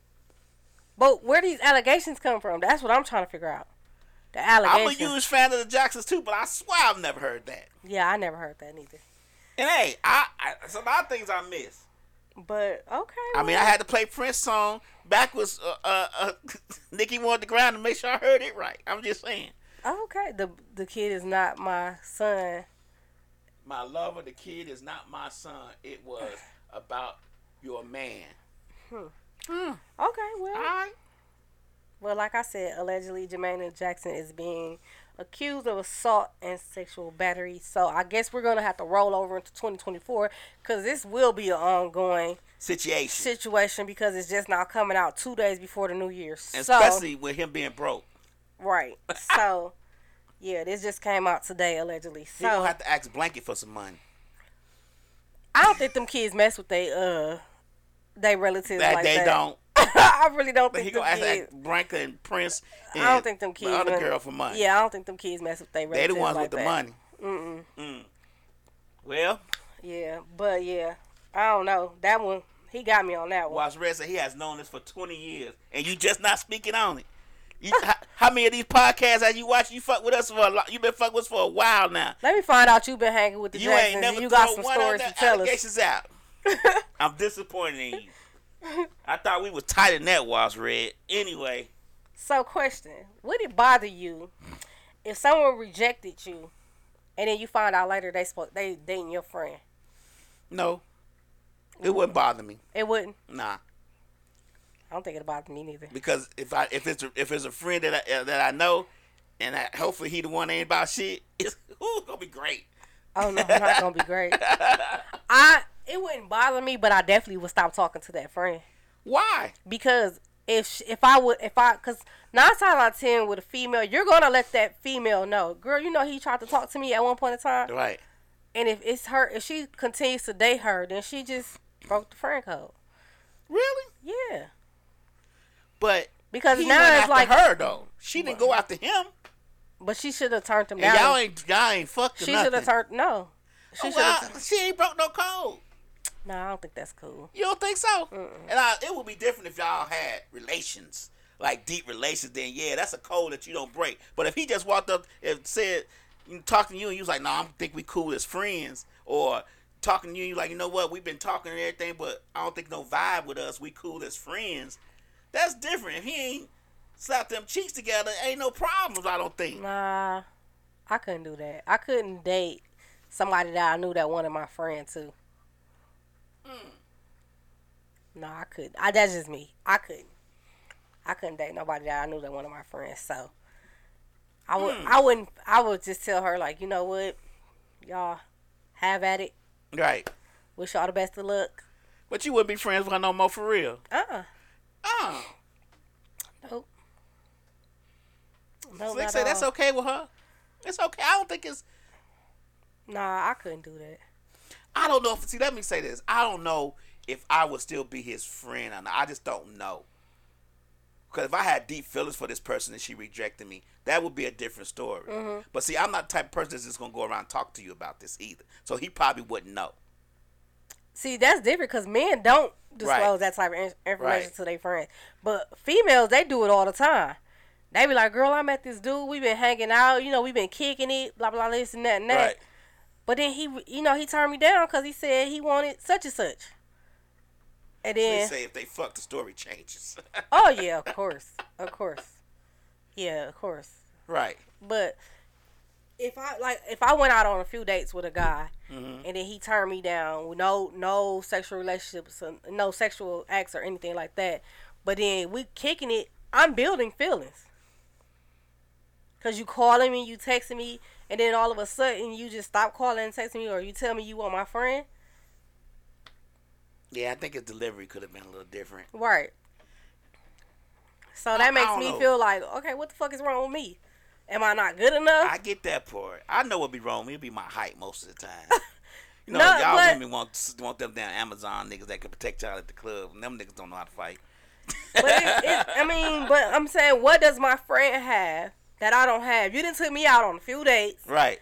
but where these allegations come from? That's what I'm trying to figure out. The
I'm
allegations.
a huge fan of the Jacksons too, but I swear I've never heard that.
Yeah, I never heard that neither.
And hey, I, I it's a lot of things I miss.
But okay.
I mean, I had to play Prince song backwards. Uh, uh, uh Nicki wanted the ground to make sure I heard it right. I'm just saying.
well, okay. The the kid is not my son.
My lover, the kid is not my son. It was about your man.
Okay, well,
right.
well, like I said, allegedly Jermaine Jackson is being accused of assault and sexual battery. So I guess we're gonna have to roll over into 2024 because this will be an ongoing
Situation,
situation because it's just now coming out two days before the new year.
And
so,
especially with him being broke.
right. So yeah, this just came out today allegedly.
He gonna
So
have to ask Blanket for some money.
I don't think them kids mess with they uh. They relatives
That
like
they
that.
don't.
I really don't
But
think
he
them
gonna ask
kids.
that Blanket and Prince. And
I don't think them kids.
The other
mess-
girl for money.
Yeah, I don't think them kids mess with their
they
relatives.
the ones
like
with the
that.
money. Mm-mm. Well,
Yeah, but yeah, I don't know that one. He got me on that one.
Watch Red said he has known this for 20 years, and you just not speaking on it. You, how, how many of these podcasts as you watch? You fuck with us for a lot. You been fucking with us for a while now.
Let me find out you've been hanging with the
You
Jacksons.
ain't
and
never
you got
throw
some
one of
stories
the
to tell us.
allegations out. I'm disappointed in you. I thought we was tight in that, Watch Red. Anyway,
So, question: Would it bother you if someone rejected you, and then you find out later they spoke they dating your friend?
no, it wouldn't bother me.
It wouldn't.
Nah.
I don't think it bothered me neither.
because if I if it's a, if it's a friend that I, uh, that I know, and I, hopefully he the one that ain't about shit, it's ooh, gonna be great.
Oh no, I'm not gonna be great. I it wouldn't bother me, but I definitely would stop talking to that friend.
Why?
because if sh if I would if I because nine times out of ten with a female you're gonna let that female know girl you know he tried to talk to me at one point in time
Right.
and if it's her if she continues to date her then she just broke the friend code
Really?
yeah
But
because
he
now
went
it's
after
like
her though. She didn't go after him.
but she should have turned him
And y'all
down
ain't y'all ain't fucked. or
she
nothing.
should have turned no she
Oh,
should have
well, she ain't broke no code.
no I don't think that's cool
You don't think so? And I, it would be different if y'all had relations, like deep relations. Then yeah, that's a code that you don't break. But if he just walked up and said, you talking to you, and you was like, "No, I don't think we cool as friends," or talking to you, you like, you know what, we've been talking and everything, but I don't think no vibe with us. We cool as friends. That's different. If he ain't slapped them cheeks together, ain't no problems. I don't think.
nah I couldn't do that I couldn't date somebody that I knew that wanted my friend too
Mm.
No, I couldn't. I, that's just me. I couldn't. I couldn't date nobody that I knew that one of my friends. So I
Mm.
would. I wouldn't. I would just tell her like, you know what, y'all have at it.
Right.
Wish y'all the best of luck.
But you wouldn't be friends with her no more for real.
Uh. uh
Oh,
Nope. No,
Slick
not
say
at
that's
all.
okay with her. It's okay. I don't think it's
Nah, I couldn't do that.
I don't know if see. Let me say this. I don't know if I would still be his friend. Or not. I just don't know. Because if I had deep feelings for this person and she rejected me, that would be a different story. But see, I'm not the type of person that's just gonna go around and talk to you about this either. So he probably wouldn't know.
See, that's different because men don't disclose
Right.
that type of in- information
Right.
to their friends. But females, they do it all the time. They be like, girl, I met this dude. We've been hanging out. You know, we've been kicking it, blah, blah, this and that and that. But then he, you know, he turned me down because he said he wanted such and such. And
They
then,
say if they fuck, the story changes.
oh, yeah, of course. Of course. Yeah, of course.
right.
But if I like if I went out on a few dates with a guy
Mm-hmm.
and then he turned me down with no no sexual relationships uh, no sexual acts or anything like that but then we kicking it I'm building feelings cuz you calling me you texting me and then all of a sudden you just stop calling and texting me or you tell me you want my friend
Yeah, I think his delivery could have been a little different.
right so
I- I
that makes
don't
me
know.
feel like okay what the fuck is wrong with me am I not good enough
I get that part. I know what be wrong. It'd be my height most of the time. You know,
No,
y'all
but-
women want want them damn Amazon niggas that can protect y'all at the club. And them niggas don't know how to fight.
But it, it, I mean, but I'm saying, what does my friend have that I don't have? You didn't took me out on a few dates.
Right.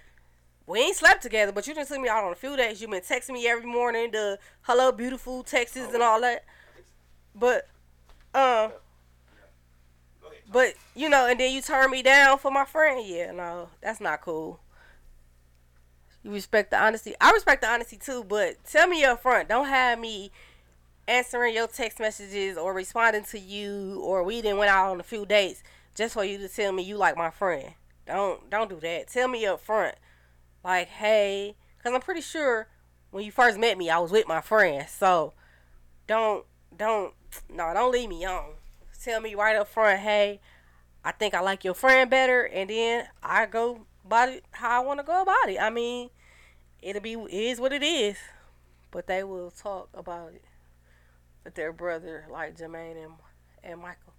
We ain't slept together, but you didn't took me out on a few dates. You been texting me every morning, the hello beautiful texts and all that. But, um, but you know, and then you turn me down for my friend. Yeah, no, that's not cool. You respect the honesty. I respect the honesty too, but tell me up front. Don't have me answering your text messages or responding to you or we didn't went out on a few dates just for you to tell me you like my friend. Don't don't do that. Tell me up front. Like, hey, cuz I'm pretty sure when you first met me, I was with my friend. So don't don't no, don't leave me on. Tell me right up front, hey, I think I like your friend better and then I go about it how I want to go about it. I mean, it'll be it is what it is. But they will talk about it with their brother, like Jermaine and and Michael.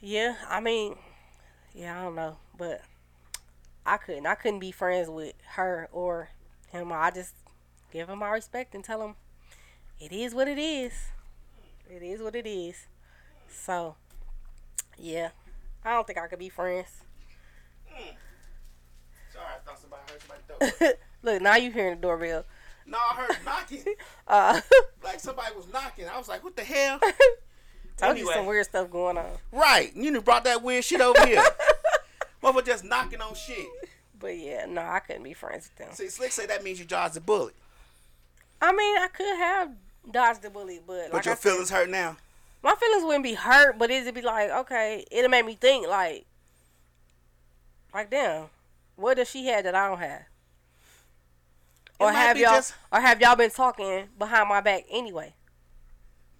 Yeah, I mean, yeah, I don't know, but I couldn't. I couldn't be friends with her or him. I just give him my respect and tell him it is what it is. It is what it is. So, yeah, I don't think I could be friends.
Sorry, I thought somebody heard somebody door.
Look, now you hearing the doorbell.
no, I heard knocking.
Uh,
Like somebody was knocking. I was like, what the hell?
told you
Anyway.
some weird stuff going on,
Right. You done brought that weird shit over here. Motherfucker just knocking on shit.
but yeah, no, I couldn't be friends with them.
See, Slick say that means you dodged a bullet.
I mean, I could have dodged the bullet, but
But
like
your
I
feelings hurt now.
my feelings wouldn't be hurt, but it'd be like, okay, it'll make me think like, like damn, what does she have that I don't have? Or
It might
have
be
y'all,
just-
or have y'all been talking behind my back anyway?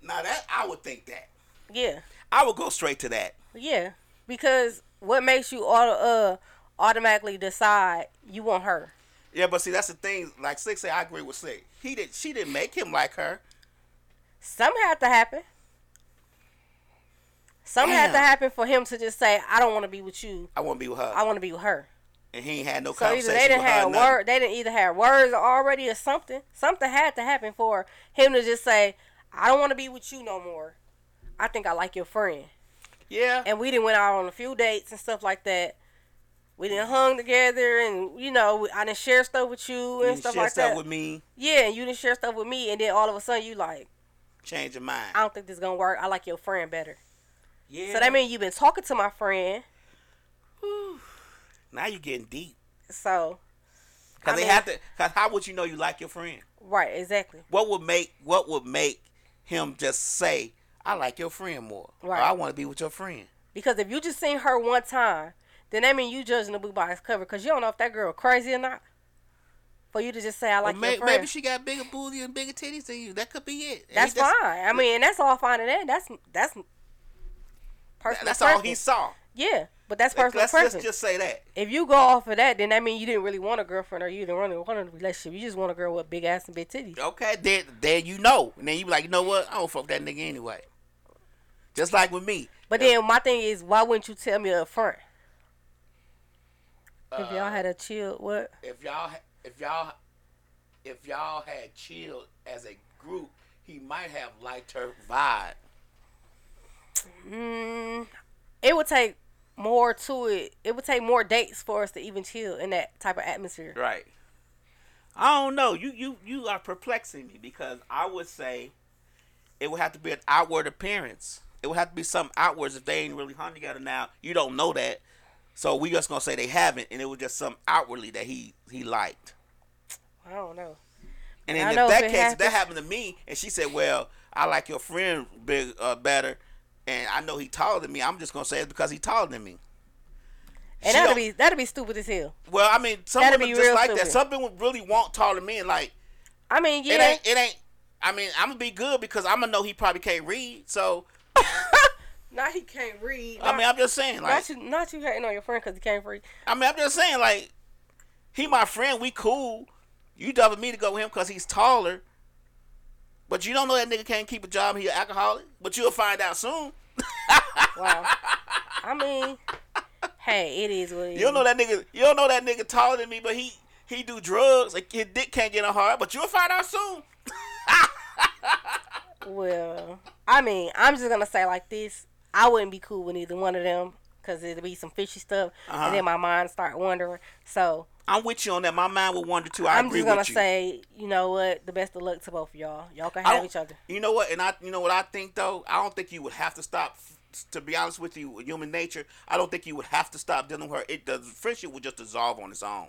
Now that I would think that.
Yeah,
I would go straight to that.
yeah, because what makes you auto, uh automatically decide you want her?
Yeah, but see, that's the thing. Like Slick said, I agree with Slick. He did. She didn't make him like her.
Something had to happen. Something had to
Damn.
happen for him to just say, I don't want to be with you.
I want to be with her,
I want to be with her.
and he ain't had no
So either
conversation
they didn't
with her.
have
or nothing.
word, they didn't either have words already or something. Something had to happen for him to just say, "I don't want to be with you no more. I think I like your friend."
Yeah,
And we didn't went out on a few dates and stuff like that. We didn't hung together, and you know, I didn't share stuff with you and
and
stuff
share
like
stuff
that.
with me.
yeah, and you didn't share stuff with me, and then all of a sudden you like,
Change your mind.
"I don't think this gonna work. I like your friend better."
yeah.
So that means you've been talking to my friend.
now you're getting deep.
So
Cause
I
they
mean-
have to. Cause how would you know you like your friend?
right, exactly.
What would make What would make him just say, "I like your friend more," or
Right.
"I want to be with your friend"?
Because if you just seen her one time, then that mean you judging the book by its cover. Because you don't know if that girl crazy or not. For you to just say I like
or
your
may,
friend,
maybe she got bigger booty and bigger titties than you. That could be it. And
that's
he just-
fine. I mean, that's all fine and that. That's that's personal.
That's all
preference.
he saw.
Yeah, but that's personal
Let's,
preference.
let's just say that.
if you go off of that, then that mean you didn't really want a girlfriend or you didn't really want a relationship. You just want a girl with big ass and big titties.
Okay, then then you know. And then you be like, you know what? I don't fuck that nigga anyway. Just like with me.
But then my thing is, why wouldn't you tell me up front? if
Uh,
y'all had a chill, what?
If y'all if y'all if y'all had chilled as a group, he might have liked her vibe.
Mm, it would take more to it. It would take more dates for us to even chill in that type of atmosphere.
Right. I don't know. You you you are perplexing me because I would say it would have to be an outward appearance. It would have to be something outwards if they ain't really hung together now. You don't know that. So we just gonna say they haven't and it was just something outwardly that he he liked.
I don't know.
And then
I
if
know
that
if it
case, if that
happens-
happened to me, and she said, "Well, I like your friend big uh, better, and I know he taller than me. I'm just gonna say it's because he taller than me."
And
She
that'd
don't-
be that'd be stupid as hell.
Well, I mean, some
That'd
women
be
just
real
like that.
stupid.
Some women really want taller men. Like
I mean,
it
yeah,
ain't, it ain't. I mean, I'm gonna be good because I'm gonna know he probably can't read. So
now he can't read.
I mean, I'm just saying. Like
not you, not you hating on your friend because he can't read.
I mean, I'm just saying. Like he my friend, we cool. You double me to go with him because he's taller. But you don't know that nigga can't keep a job. He an alcoholic. But you'll find out soon.
Wow. I mean, hey, it is what it is.
You don't know that nigga. You don't know that nigga taller than me, but he he do drugs. Like his dick can't get in hard. But you'll find out soon.
Well, I mean, I'm just gonna say like this: I wouldn't be cool with either one of them because it'd be some fishy stuff,
Uh-huh.
and then my mind start wondering. So
I'm with you on that. My mind will wander too. I
I am
agree
just gonna
with you.
say, you know what? The best of luck to both of y'all. Y'all can
I
have
don't-
each other.
You know what? And I, you know what I think though. I don't think you would have to stop. To be honest with you, with human nature. I don't think you would have to stop dealing with her. It the friendship would just dissolve on its own.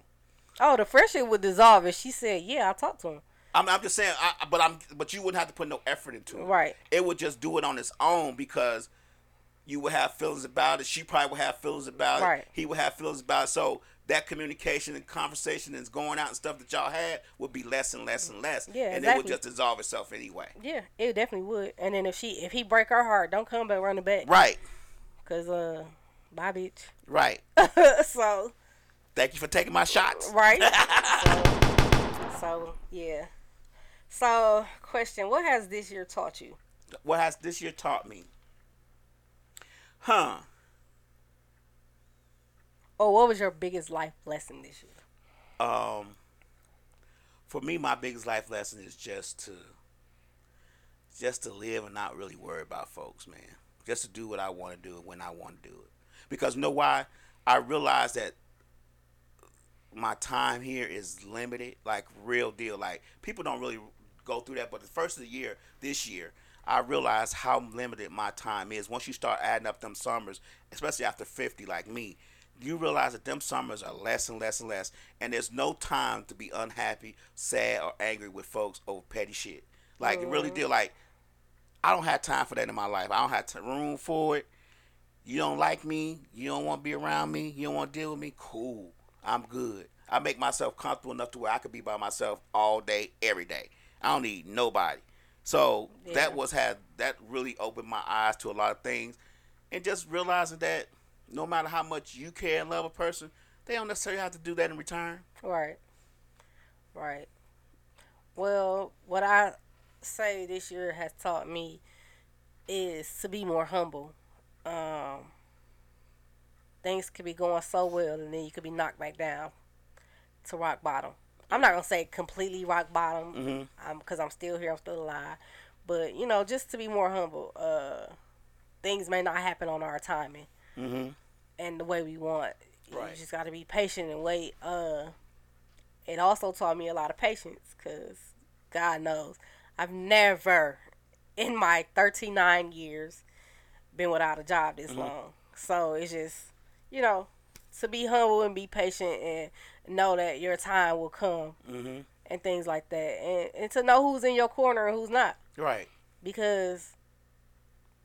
Oh, the friendship would dissolve if she said, "Yeah, I talked to him."
I'm, I'm just saying. I, but I'm. But you wouldn't have to put no effort into it.
Right.
It would just do it on its own because you would have feelings about it. She probably would have feelings about it.
Right.
He would have feelings about it. So that communication and conversation that's going out and stuff that y'all had would be less and less and less.
Yeah,
And it
exactly.
would just dissolve itself anyway.
Yeah, it definitely would. And then if she, if he break her heart, don't come back running back,
Right.
Cause uh, bye, bitch.
Right.
so
Thank you for taking my shots.
right. so, so yeah. So question: What has this year taught you?
What has this year taught me? Huh.
Oh, what was your biggest life lesson this year?
Um for me my biggest life lesson is just to just to live and not really worry about folks, man. Just to do what I want to do when I want to do it. Because you know why? I realize that my time here is limited, like real deal. Like people don't really go through that, but the first of the year, this year, I realized how limited my time is. Once you start adding up them summers, especially after fifty, like me, you realize that them summers are less and less and less, and there's no time to be unhappy, sad, or angry with folks over petty shit. Like it really did. Like I don't have time for that in my life. I don't have t- room for it. You don't like me. You don't want to be around me. You don't want to deal with me. Cool. I'm good. I make myself comfortable enough to where I could be by myself all day, every day. I don't need nobody. So that was had that really opened my eyes to a lot of things, and just realizing that no matter how much you care and love a person, they don't necessarily have to do that in return.
Right. Right. Well, what I say this year has taught me is to be more humble. Um, things could be going so well, and then you could be knocked back down to rock bottom. I'm not gonna say completely rock bottom, because I'm still here, I'm still alive. But you know, just to be more humble. Uh, things may not happen on our timing and the way we want.
Right.
You just gotta be patient and wait. Uh, it also taught me a lot of patience, cause God knows I've never in my 39 years been without a job this long. So it's just, you know, to be humble and be patient and know that your time will come
Mm-hmm.
and things like that. And, and to know who's in your corner and who's not.
Right.
Because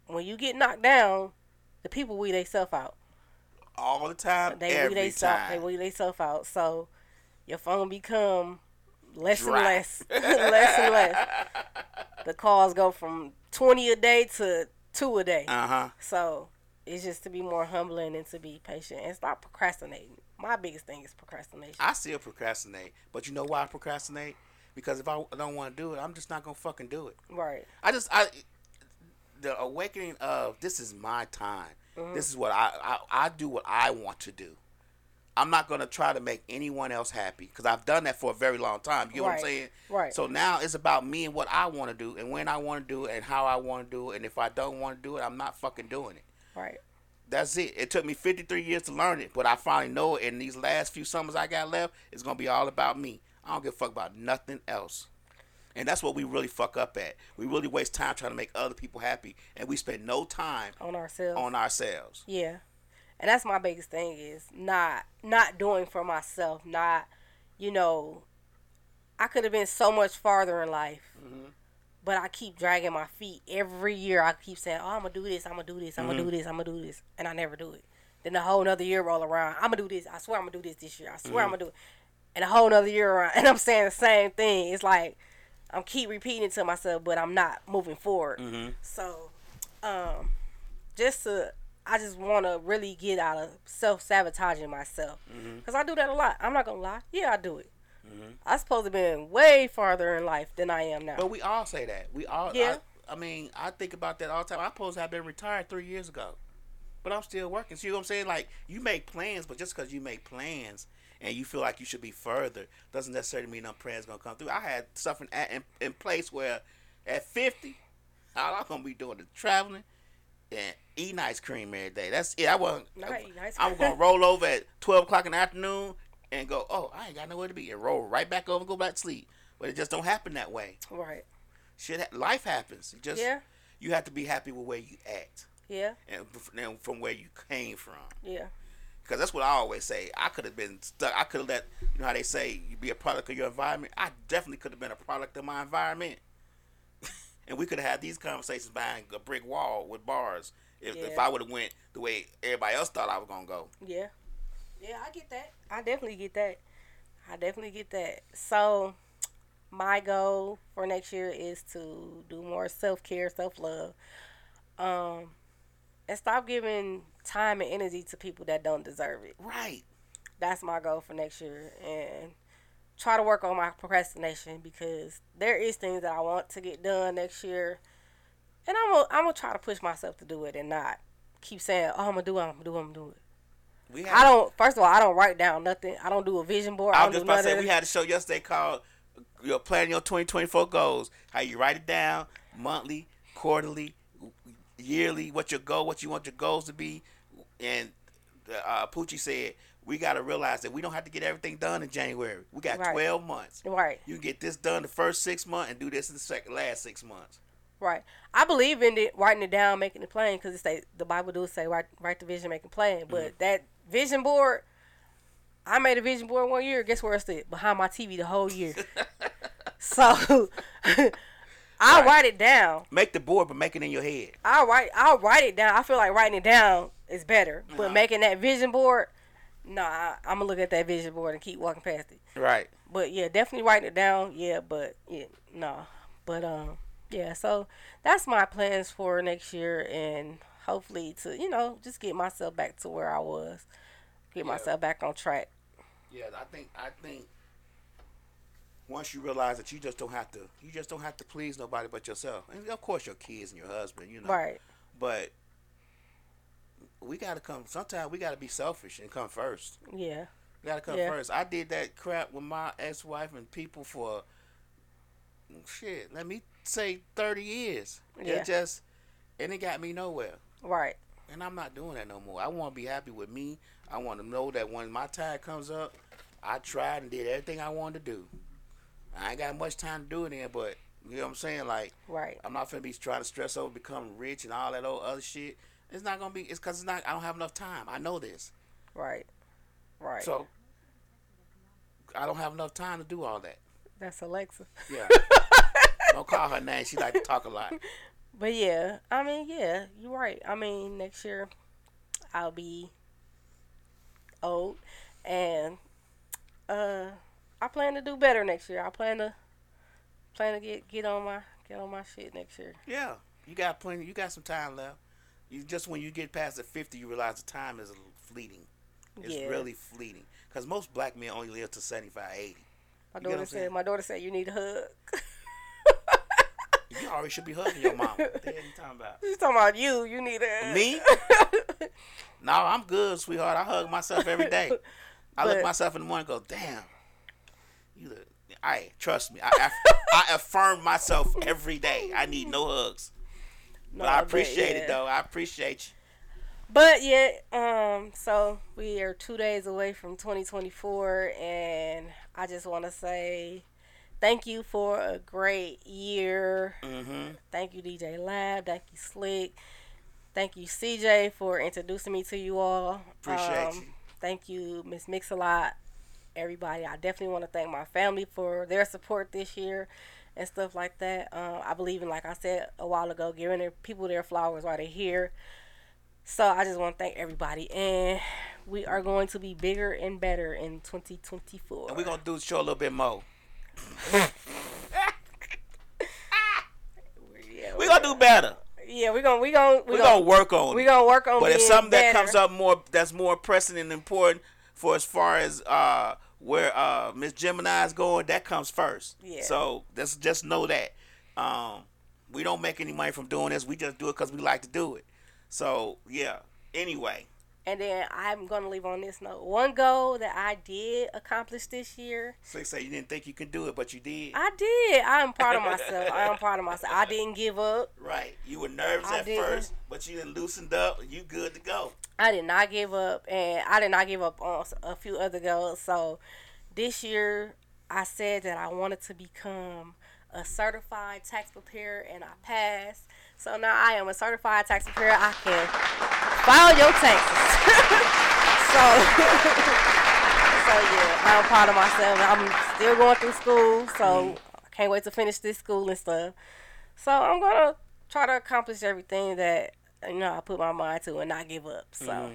when you get knocked down, the people weed themselves out.
All the time.
They
every
weed themselves
time.
they weed themselves out. So your phone become less
Dry.
and less. less and less. The calls go from twenty a day to two a day.
uh huh.
So it's just to be more humbling and to be patient and stop procrastinating. My biggest thing is procrastination.
I still procrastinate, but you know why I procrastinate? Because if I don't want to do it, I'm just not gonna fucking do it.
right.
I just I the awakening of this is my time.
Mm-hmm.
This is what I, I I do what I want to do. I'm not gonna try to make anyone else happy because I've done that for a very long time. You know what I'm
Right.
saying?
Right.
So now it's about me and what I want to do and when I want to do it and how I want to do it and if I don't want to do it, I'm not fucking doing it.
Right.
That's it. It took me 53 years to learn it, but I finally know it. And these last few summers I got left, it's gonna be all about me. I don't give a fuck about nothing else. And that's what we really fuck up at. We really waste time trying to make other people happy, and we spend no time
On ourselves.
on ourselves.
Yeah. And that's my biggest thing is not not doing for myself, not you know I could have been so much farther in life. But I keep dragging my feet every year. I keep saying, "Oh, I'm gonna do this. I'm gonna do this. I'm gonna do this. I'm gonna do this," and I never do it Then a whole nother year roll around. I'm gonna do this. I swear I'm gonna do this this year. I swear I'm gonna do it. And a whole nother year around, and I'm saying the same thing. It's like I'm keep repeating it to myself, but I'm not moving forward. So, um, just to, I just want to really get out of self sabotaging myself because I do that a lot. I'm not gonna lie. Yeah, I do it. I supposed to been way farther in life than I am now.
But we all say that. We all.
Yeah.
I, I mean, I think about that all the time. I suppose I've been retired three years ago, but I'm still working. See what I'm saying? Like you make plans, but just because you make plans and you feel like you should be further doesn't necessarily mean no plans gonna come through. I had something at, in, in place where at 50, all I'm gonna be doing is traveling. And eating ice cream every day. That's it. I wasn't.
Not eating ice
I was
cream.
gonna roll over at twelve o'clock in the afternoon and go. Oh, I ain't got nowhere to be. And roll right back over and go back to sleep. But it just don't happen that way
right?
shit ha- life happens You just
Yeah.
you have to be happy with where you at
Yeah,
and f- and from where you came from
yeah,
because that's what i always say i could have been stuck i could have let you know how they say you be a product of your environment i definitely could have been a product of my environment and we could have had these conversations behind a brick wall with bars if, if
Yeah.
i would have went the way everybody else thought i was gonna go
yeah, yeah. I get that. I definitely get that. I definitely get that. So, my goal for next year is to do more self care, self love, um, and stop giving time and energy to people that don't deserve it.
right
That's my goal for next year, and try to work on my procrastination because there is things that I want to get done next year, and I'm gonna, I'm gonna try to push myself to do it and not keep saying, "Oh, I'm gonna do it, I'm gonna do it, I'm gonna do it."
we had
I don't. First of all, I don't write down nothing. I don't do a vision board.
I
I
was
don't
just
do
about to
nothing.
say we had a show yesterday called "Your Plan Your 2024 Goals." How you write it down monthly, quarterly, yearly. What your goal? What you want your goals to be? And uh, Poochie said we got to realize that we don't have to get everything done in January. We got
Right.
12 months.
right,
You get this done the first six months and do this in the second last six months.
right. I believe in it, writing it down, making it plain, because it say the Bible does say write write the vision, make it plain. But
Mm-hmm.
that vision board, I made a vision board one year. Guess where it's at? Behind my TV the whole year. so I write it down.
Make the board, but make it in your head.
I write. I'll write it down. I feel like writing it down is better. But making that vision board, no, I, I'm gonna look at that vision board and keep walking past it.
Right.
but yeah, definitely writing it down. Yeah, but yeah, no, but um, yeah. So that's my plans for next year, and hopefully to you know just get myself back to where I was, get myself back on track.
Yeah, I think I think once you realize that you just don't have to you just don't have to please nobody but yourself. And of course your kids and your husband, you know.
Right.
But we gotta come sometimes we gotta be selfish and come first.
Yeah.
We gotta come
Yeah.
first. I did that crap with my ex wife and people for shit, let me say thirty years.
Yeah.
It just and it got me nowhere.
Right.
And I'm not doing that no more. I want to be happy with me. I want to know that when my time comes up, I tried and did everything I wanted to do. I ain't got much time to do it in, but you know what I'm saying? Like,
Right.
I'm not finna be trying to stress over becoming rich and all that old other shit. It's not gonna be. It's cause it's not. I don't have enough time. I know this.
Right. Right.
So I don't have enough time to do all that.
that's Alexa.
Yeah. don't call her name. She like to talk a lot.
But yeah, I mean, yeah, you're right. I mean, next year I'll be old, and uh, I plan to do better next year. I plan to plan to get get on my get on my shit next year.
Yeah, you got plenty. You got some time left. You just when you get past the fifty, you realize the time is fleeting. It's
Yeah.
really fleeting because most black men only live to 75,
My
80. get what
daughter
I'm
said,
saying?
my daughter said, you need a hug.
You already should be hugging your mama. what the hell you talking about?
She's talking about you. You need a hug.
Me? no, I'm good, sweetheart. I hug myself every day. I look
But-
myself in the morning, and go, damn. You look. I trust me. I, aff- I affirm myself every day. I need no hugs,
No,
but I appreciate
yeah.
it though. I appreciate you.
But yeah, um, so we are two days away from 2024, and I just want to say thank you for a great year.
Mm-hmm.
Thank you, DJ Lab. Thank you, Slick. Thank you, CJ, for introducing me to you all.
Appreciate
Um,
you.
Thank you, Miss Mix a Lot, everybody. I definitely want to thank my family for their support this year and stuff like Um, that. Uh, I believe in, like I said a while ago, giving their people their flowers while they're here So I just want to thank everybody, and we are going to be bigger and better in 2024.
We're gonna do the show a little bit more.
yeah,
We're gonna do better.
yeah, we're gonna we gonna we
We're
gonna,
gonna work on
we
it.
gonna work on.
But if
being
something that
better.
comes up more that's more pressing and important for as far as uh where uh Miss Gemini's going, that comes first.
Yeah.
So that's just know that. Um we don't make any money from doing this. We just do it because we like to do it. So yeah. Anyway,
and then I'm gonna leave on this note. One goal that I did accomplish this year,
so you say you didn't think you could do it, but you did.
I did. I am proud of myself. I am proud of myself. I didn't give up.
right. You were nervous
I
at
didn't.
first, but you didn't loosened up. You good to go.
I did not give up, and I did not give up on s- a few other goals. So this year, I said that I wanted to become a certified tax preparer, and I passed. So now I am a certified tax preparer. I can file your taxes. so. So yeah, I'm proud of myself. I'm still going through school,
Mm-hmm.
so I can't wait to finish this school and stuff. So I'm gonna try to accomplish everything that you know I put my mind to and not give up. So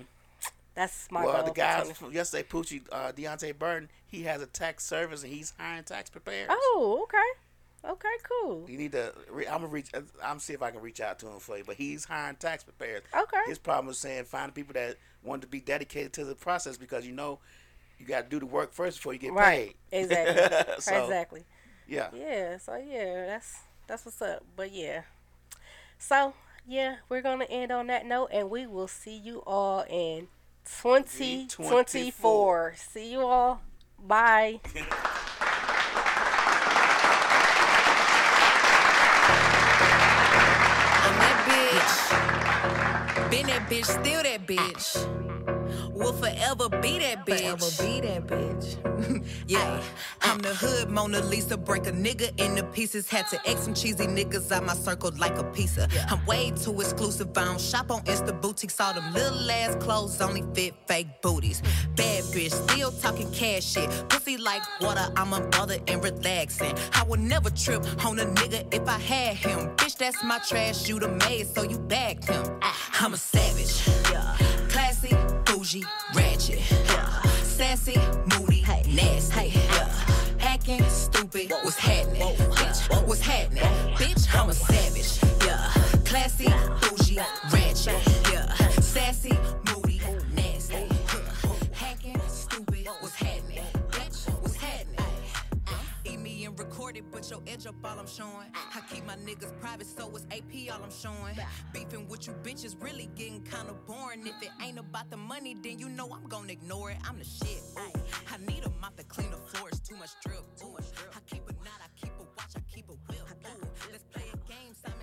that's my
Mm-hmm. Well,
goal.
the
for
guys
20.
from yesterday, Poochie, uh, Deontay Burton, he has a tax service and he's hiring tax preparers.
Oh, okay, okay, cool.
You need to. Re- I'm gonna reach. uh, I'm gonna see if I can reach out to him for you. But he's hiring tax preparers.
Okay.
His problem was saying find people that want to be dedicated to the process because you know you got to do the work first before you get
Right,
paid.
exactly,
So,
exactly.
Yeah.
Yeah, so yeah, that's that's what's up. But yeah, so yeah, we're gonna end on that note, and we will see you all in 2024. See you all. Bye.
I'm that bitch. Been that bitch, still that bitch. Will forever be that
I will
bitch.
be that bitch.
Yeah, I'm the hood Mona Lisa. Break a nigga into pieces. Had to X some cheesy niggas out my circle like a pizza. I'm way too exclusive. I don't shop on Insta boutiques. All them little ass clothes only fit fake booties. Bad bitch, still talking cash shit. Pussy like water. I'm a mother and relaxing. I would never trip on a nigga if I had him. Bitch, that's my trash. You the maid, so you bagged him. Ah, I'm a savage. Classy, bougie, ratchet. Sassy, moody, nasty. Yeah. Hacking, stupid, what's happening? Bitch, what's happening? Bitch, I'm a savage. Yeah. Classy, bougie, ratchet. Yeah. Sassy, moody, nasty. Yeah. Hacking, stupid, what's happening? Bitch, what's happening? Eat me and record it, but your edge up all I'm showing. I keep my niggas private, so it's AP all I'm showing. Beefing with you bitches really getting kinda boring. If it ain't about the money, then you know I'm gonna ignore it. I'm the shit. Ay, I need a mop to clean the floors, too much drip. Ooh, I keep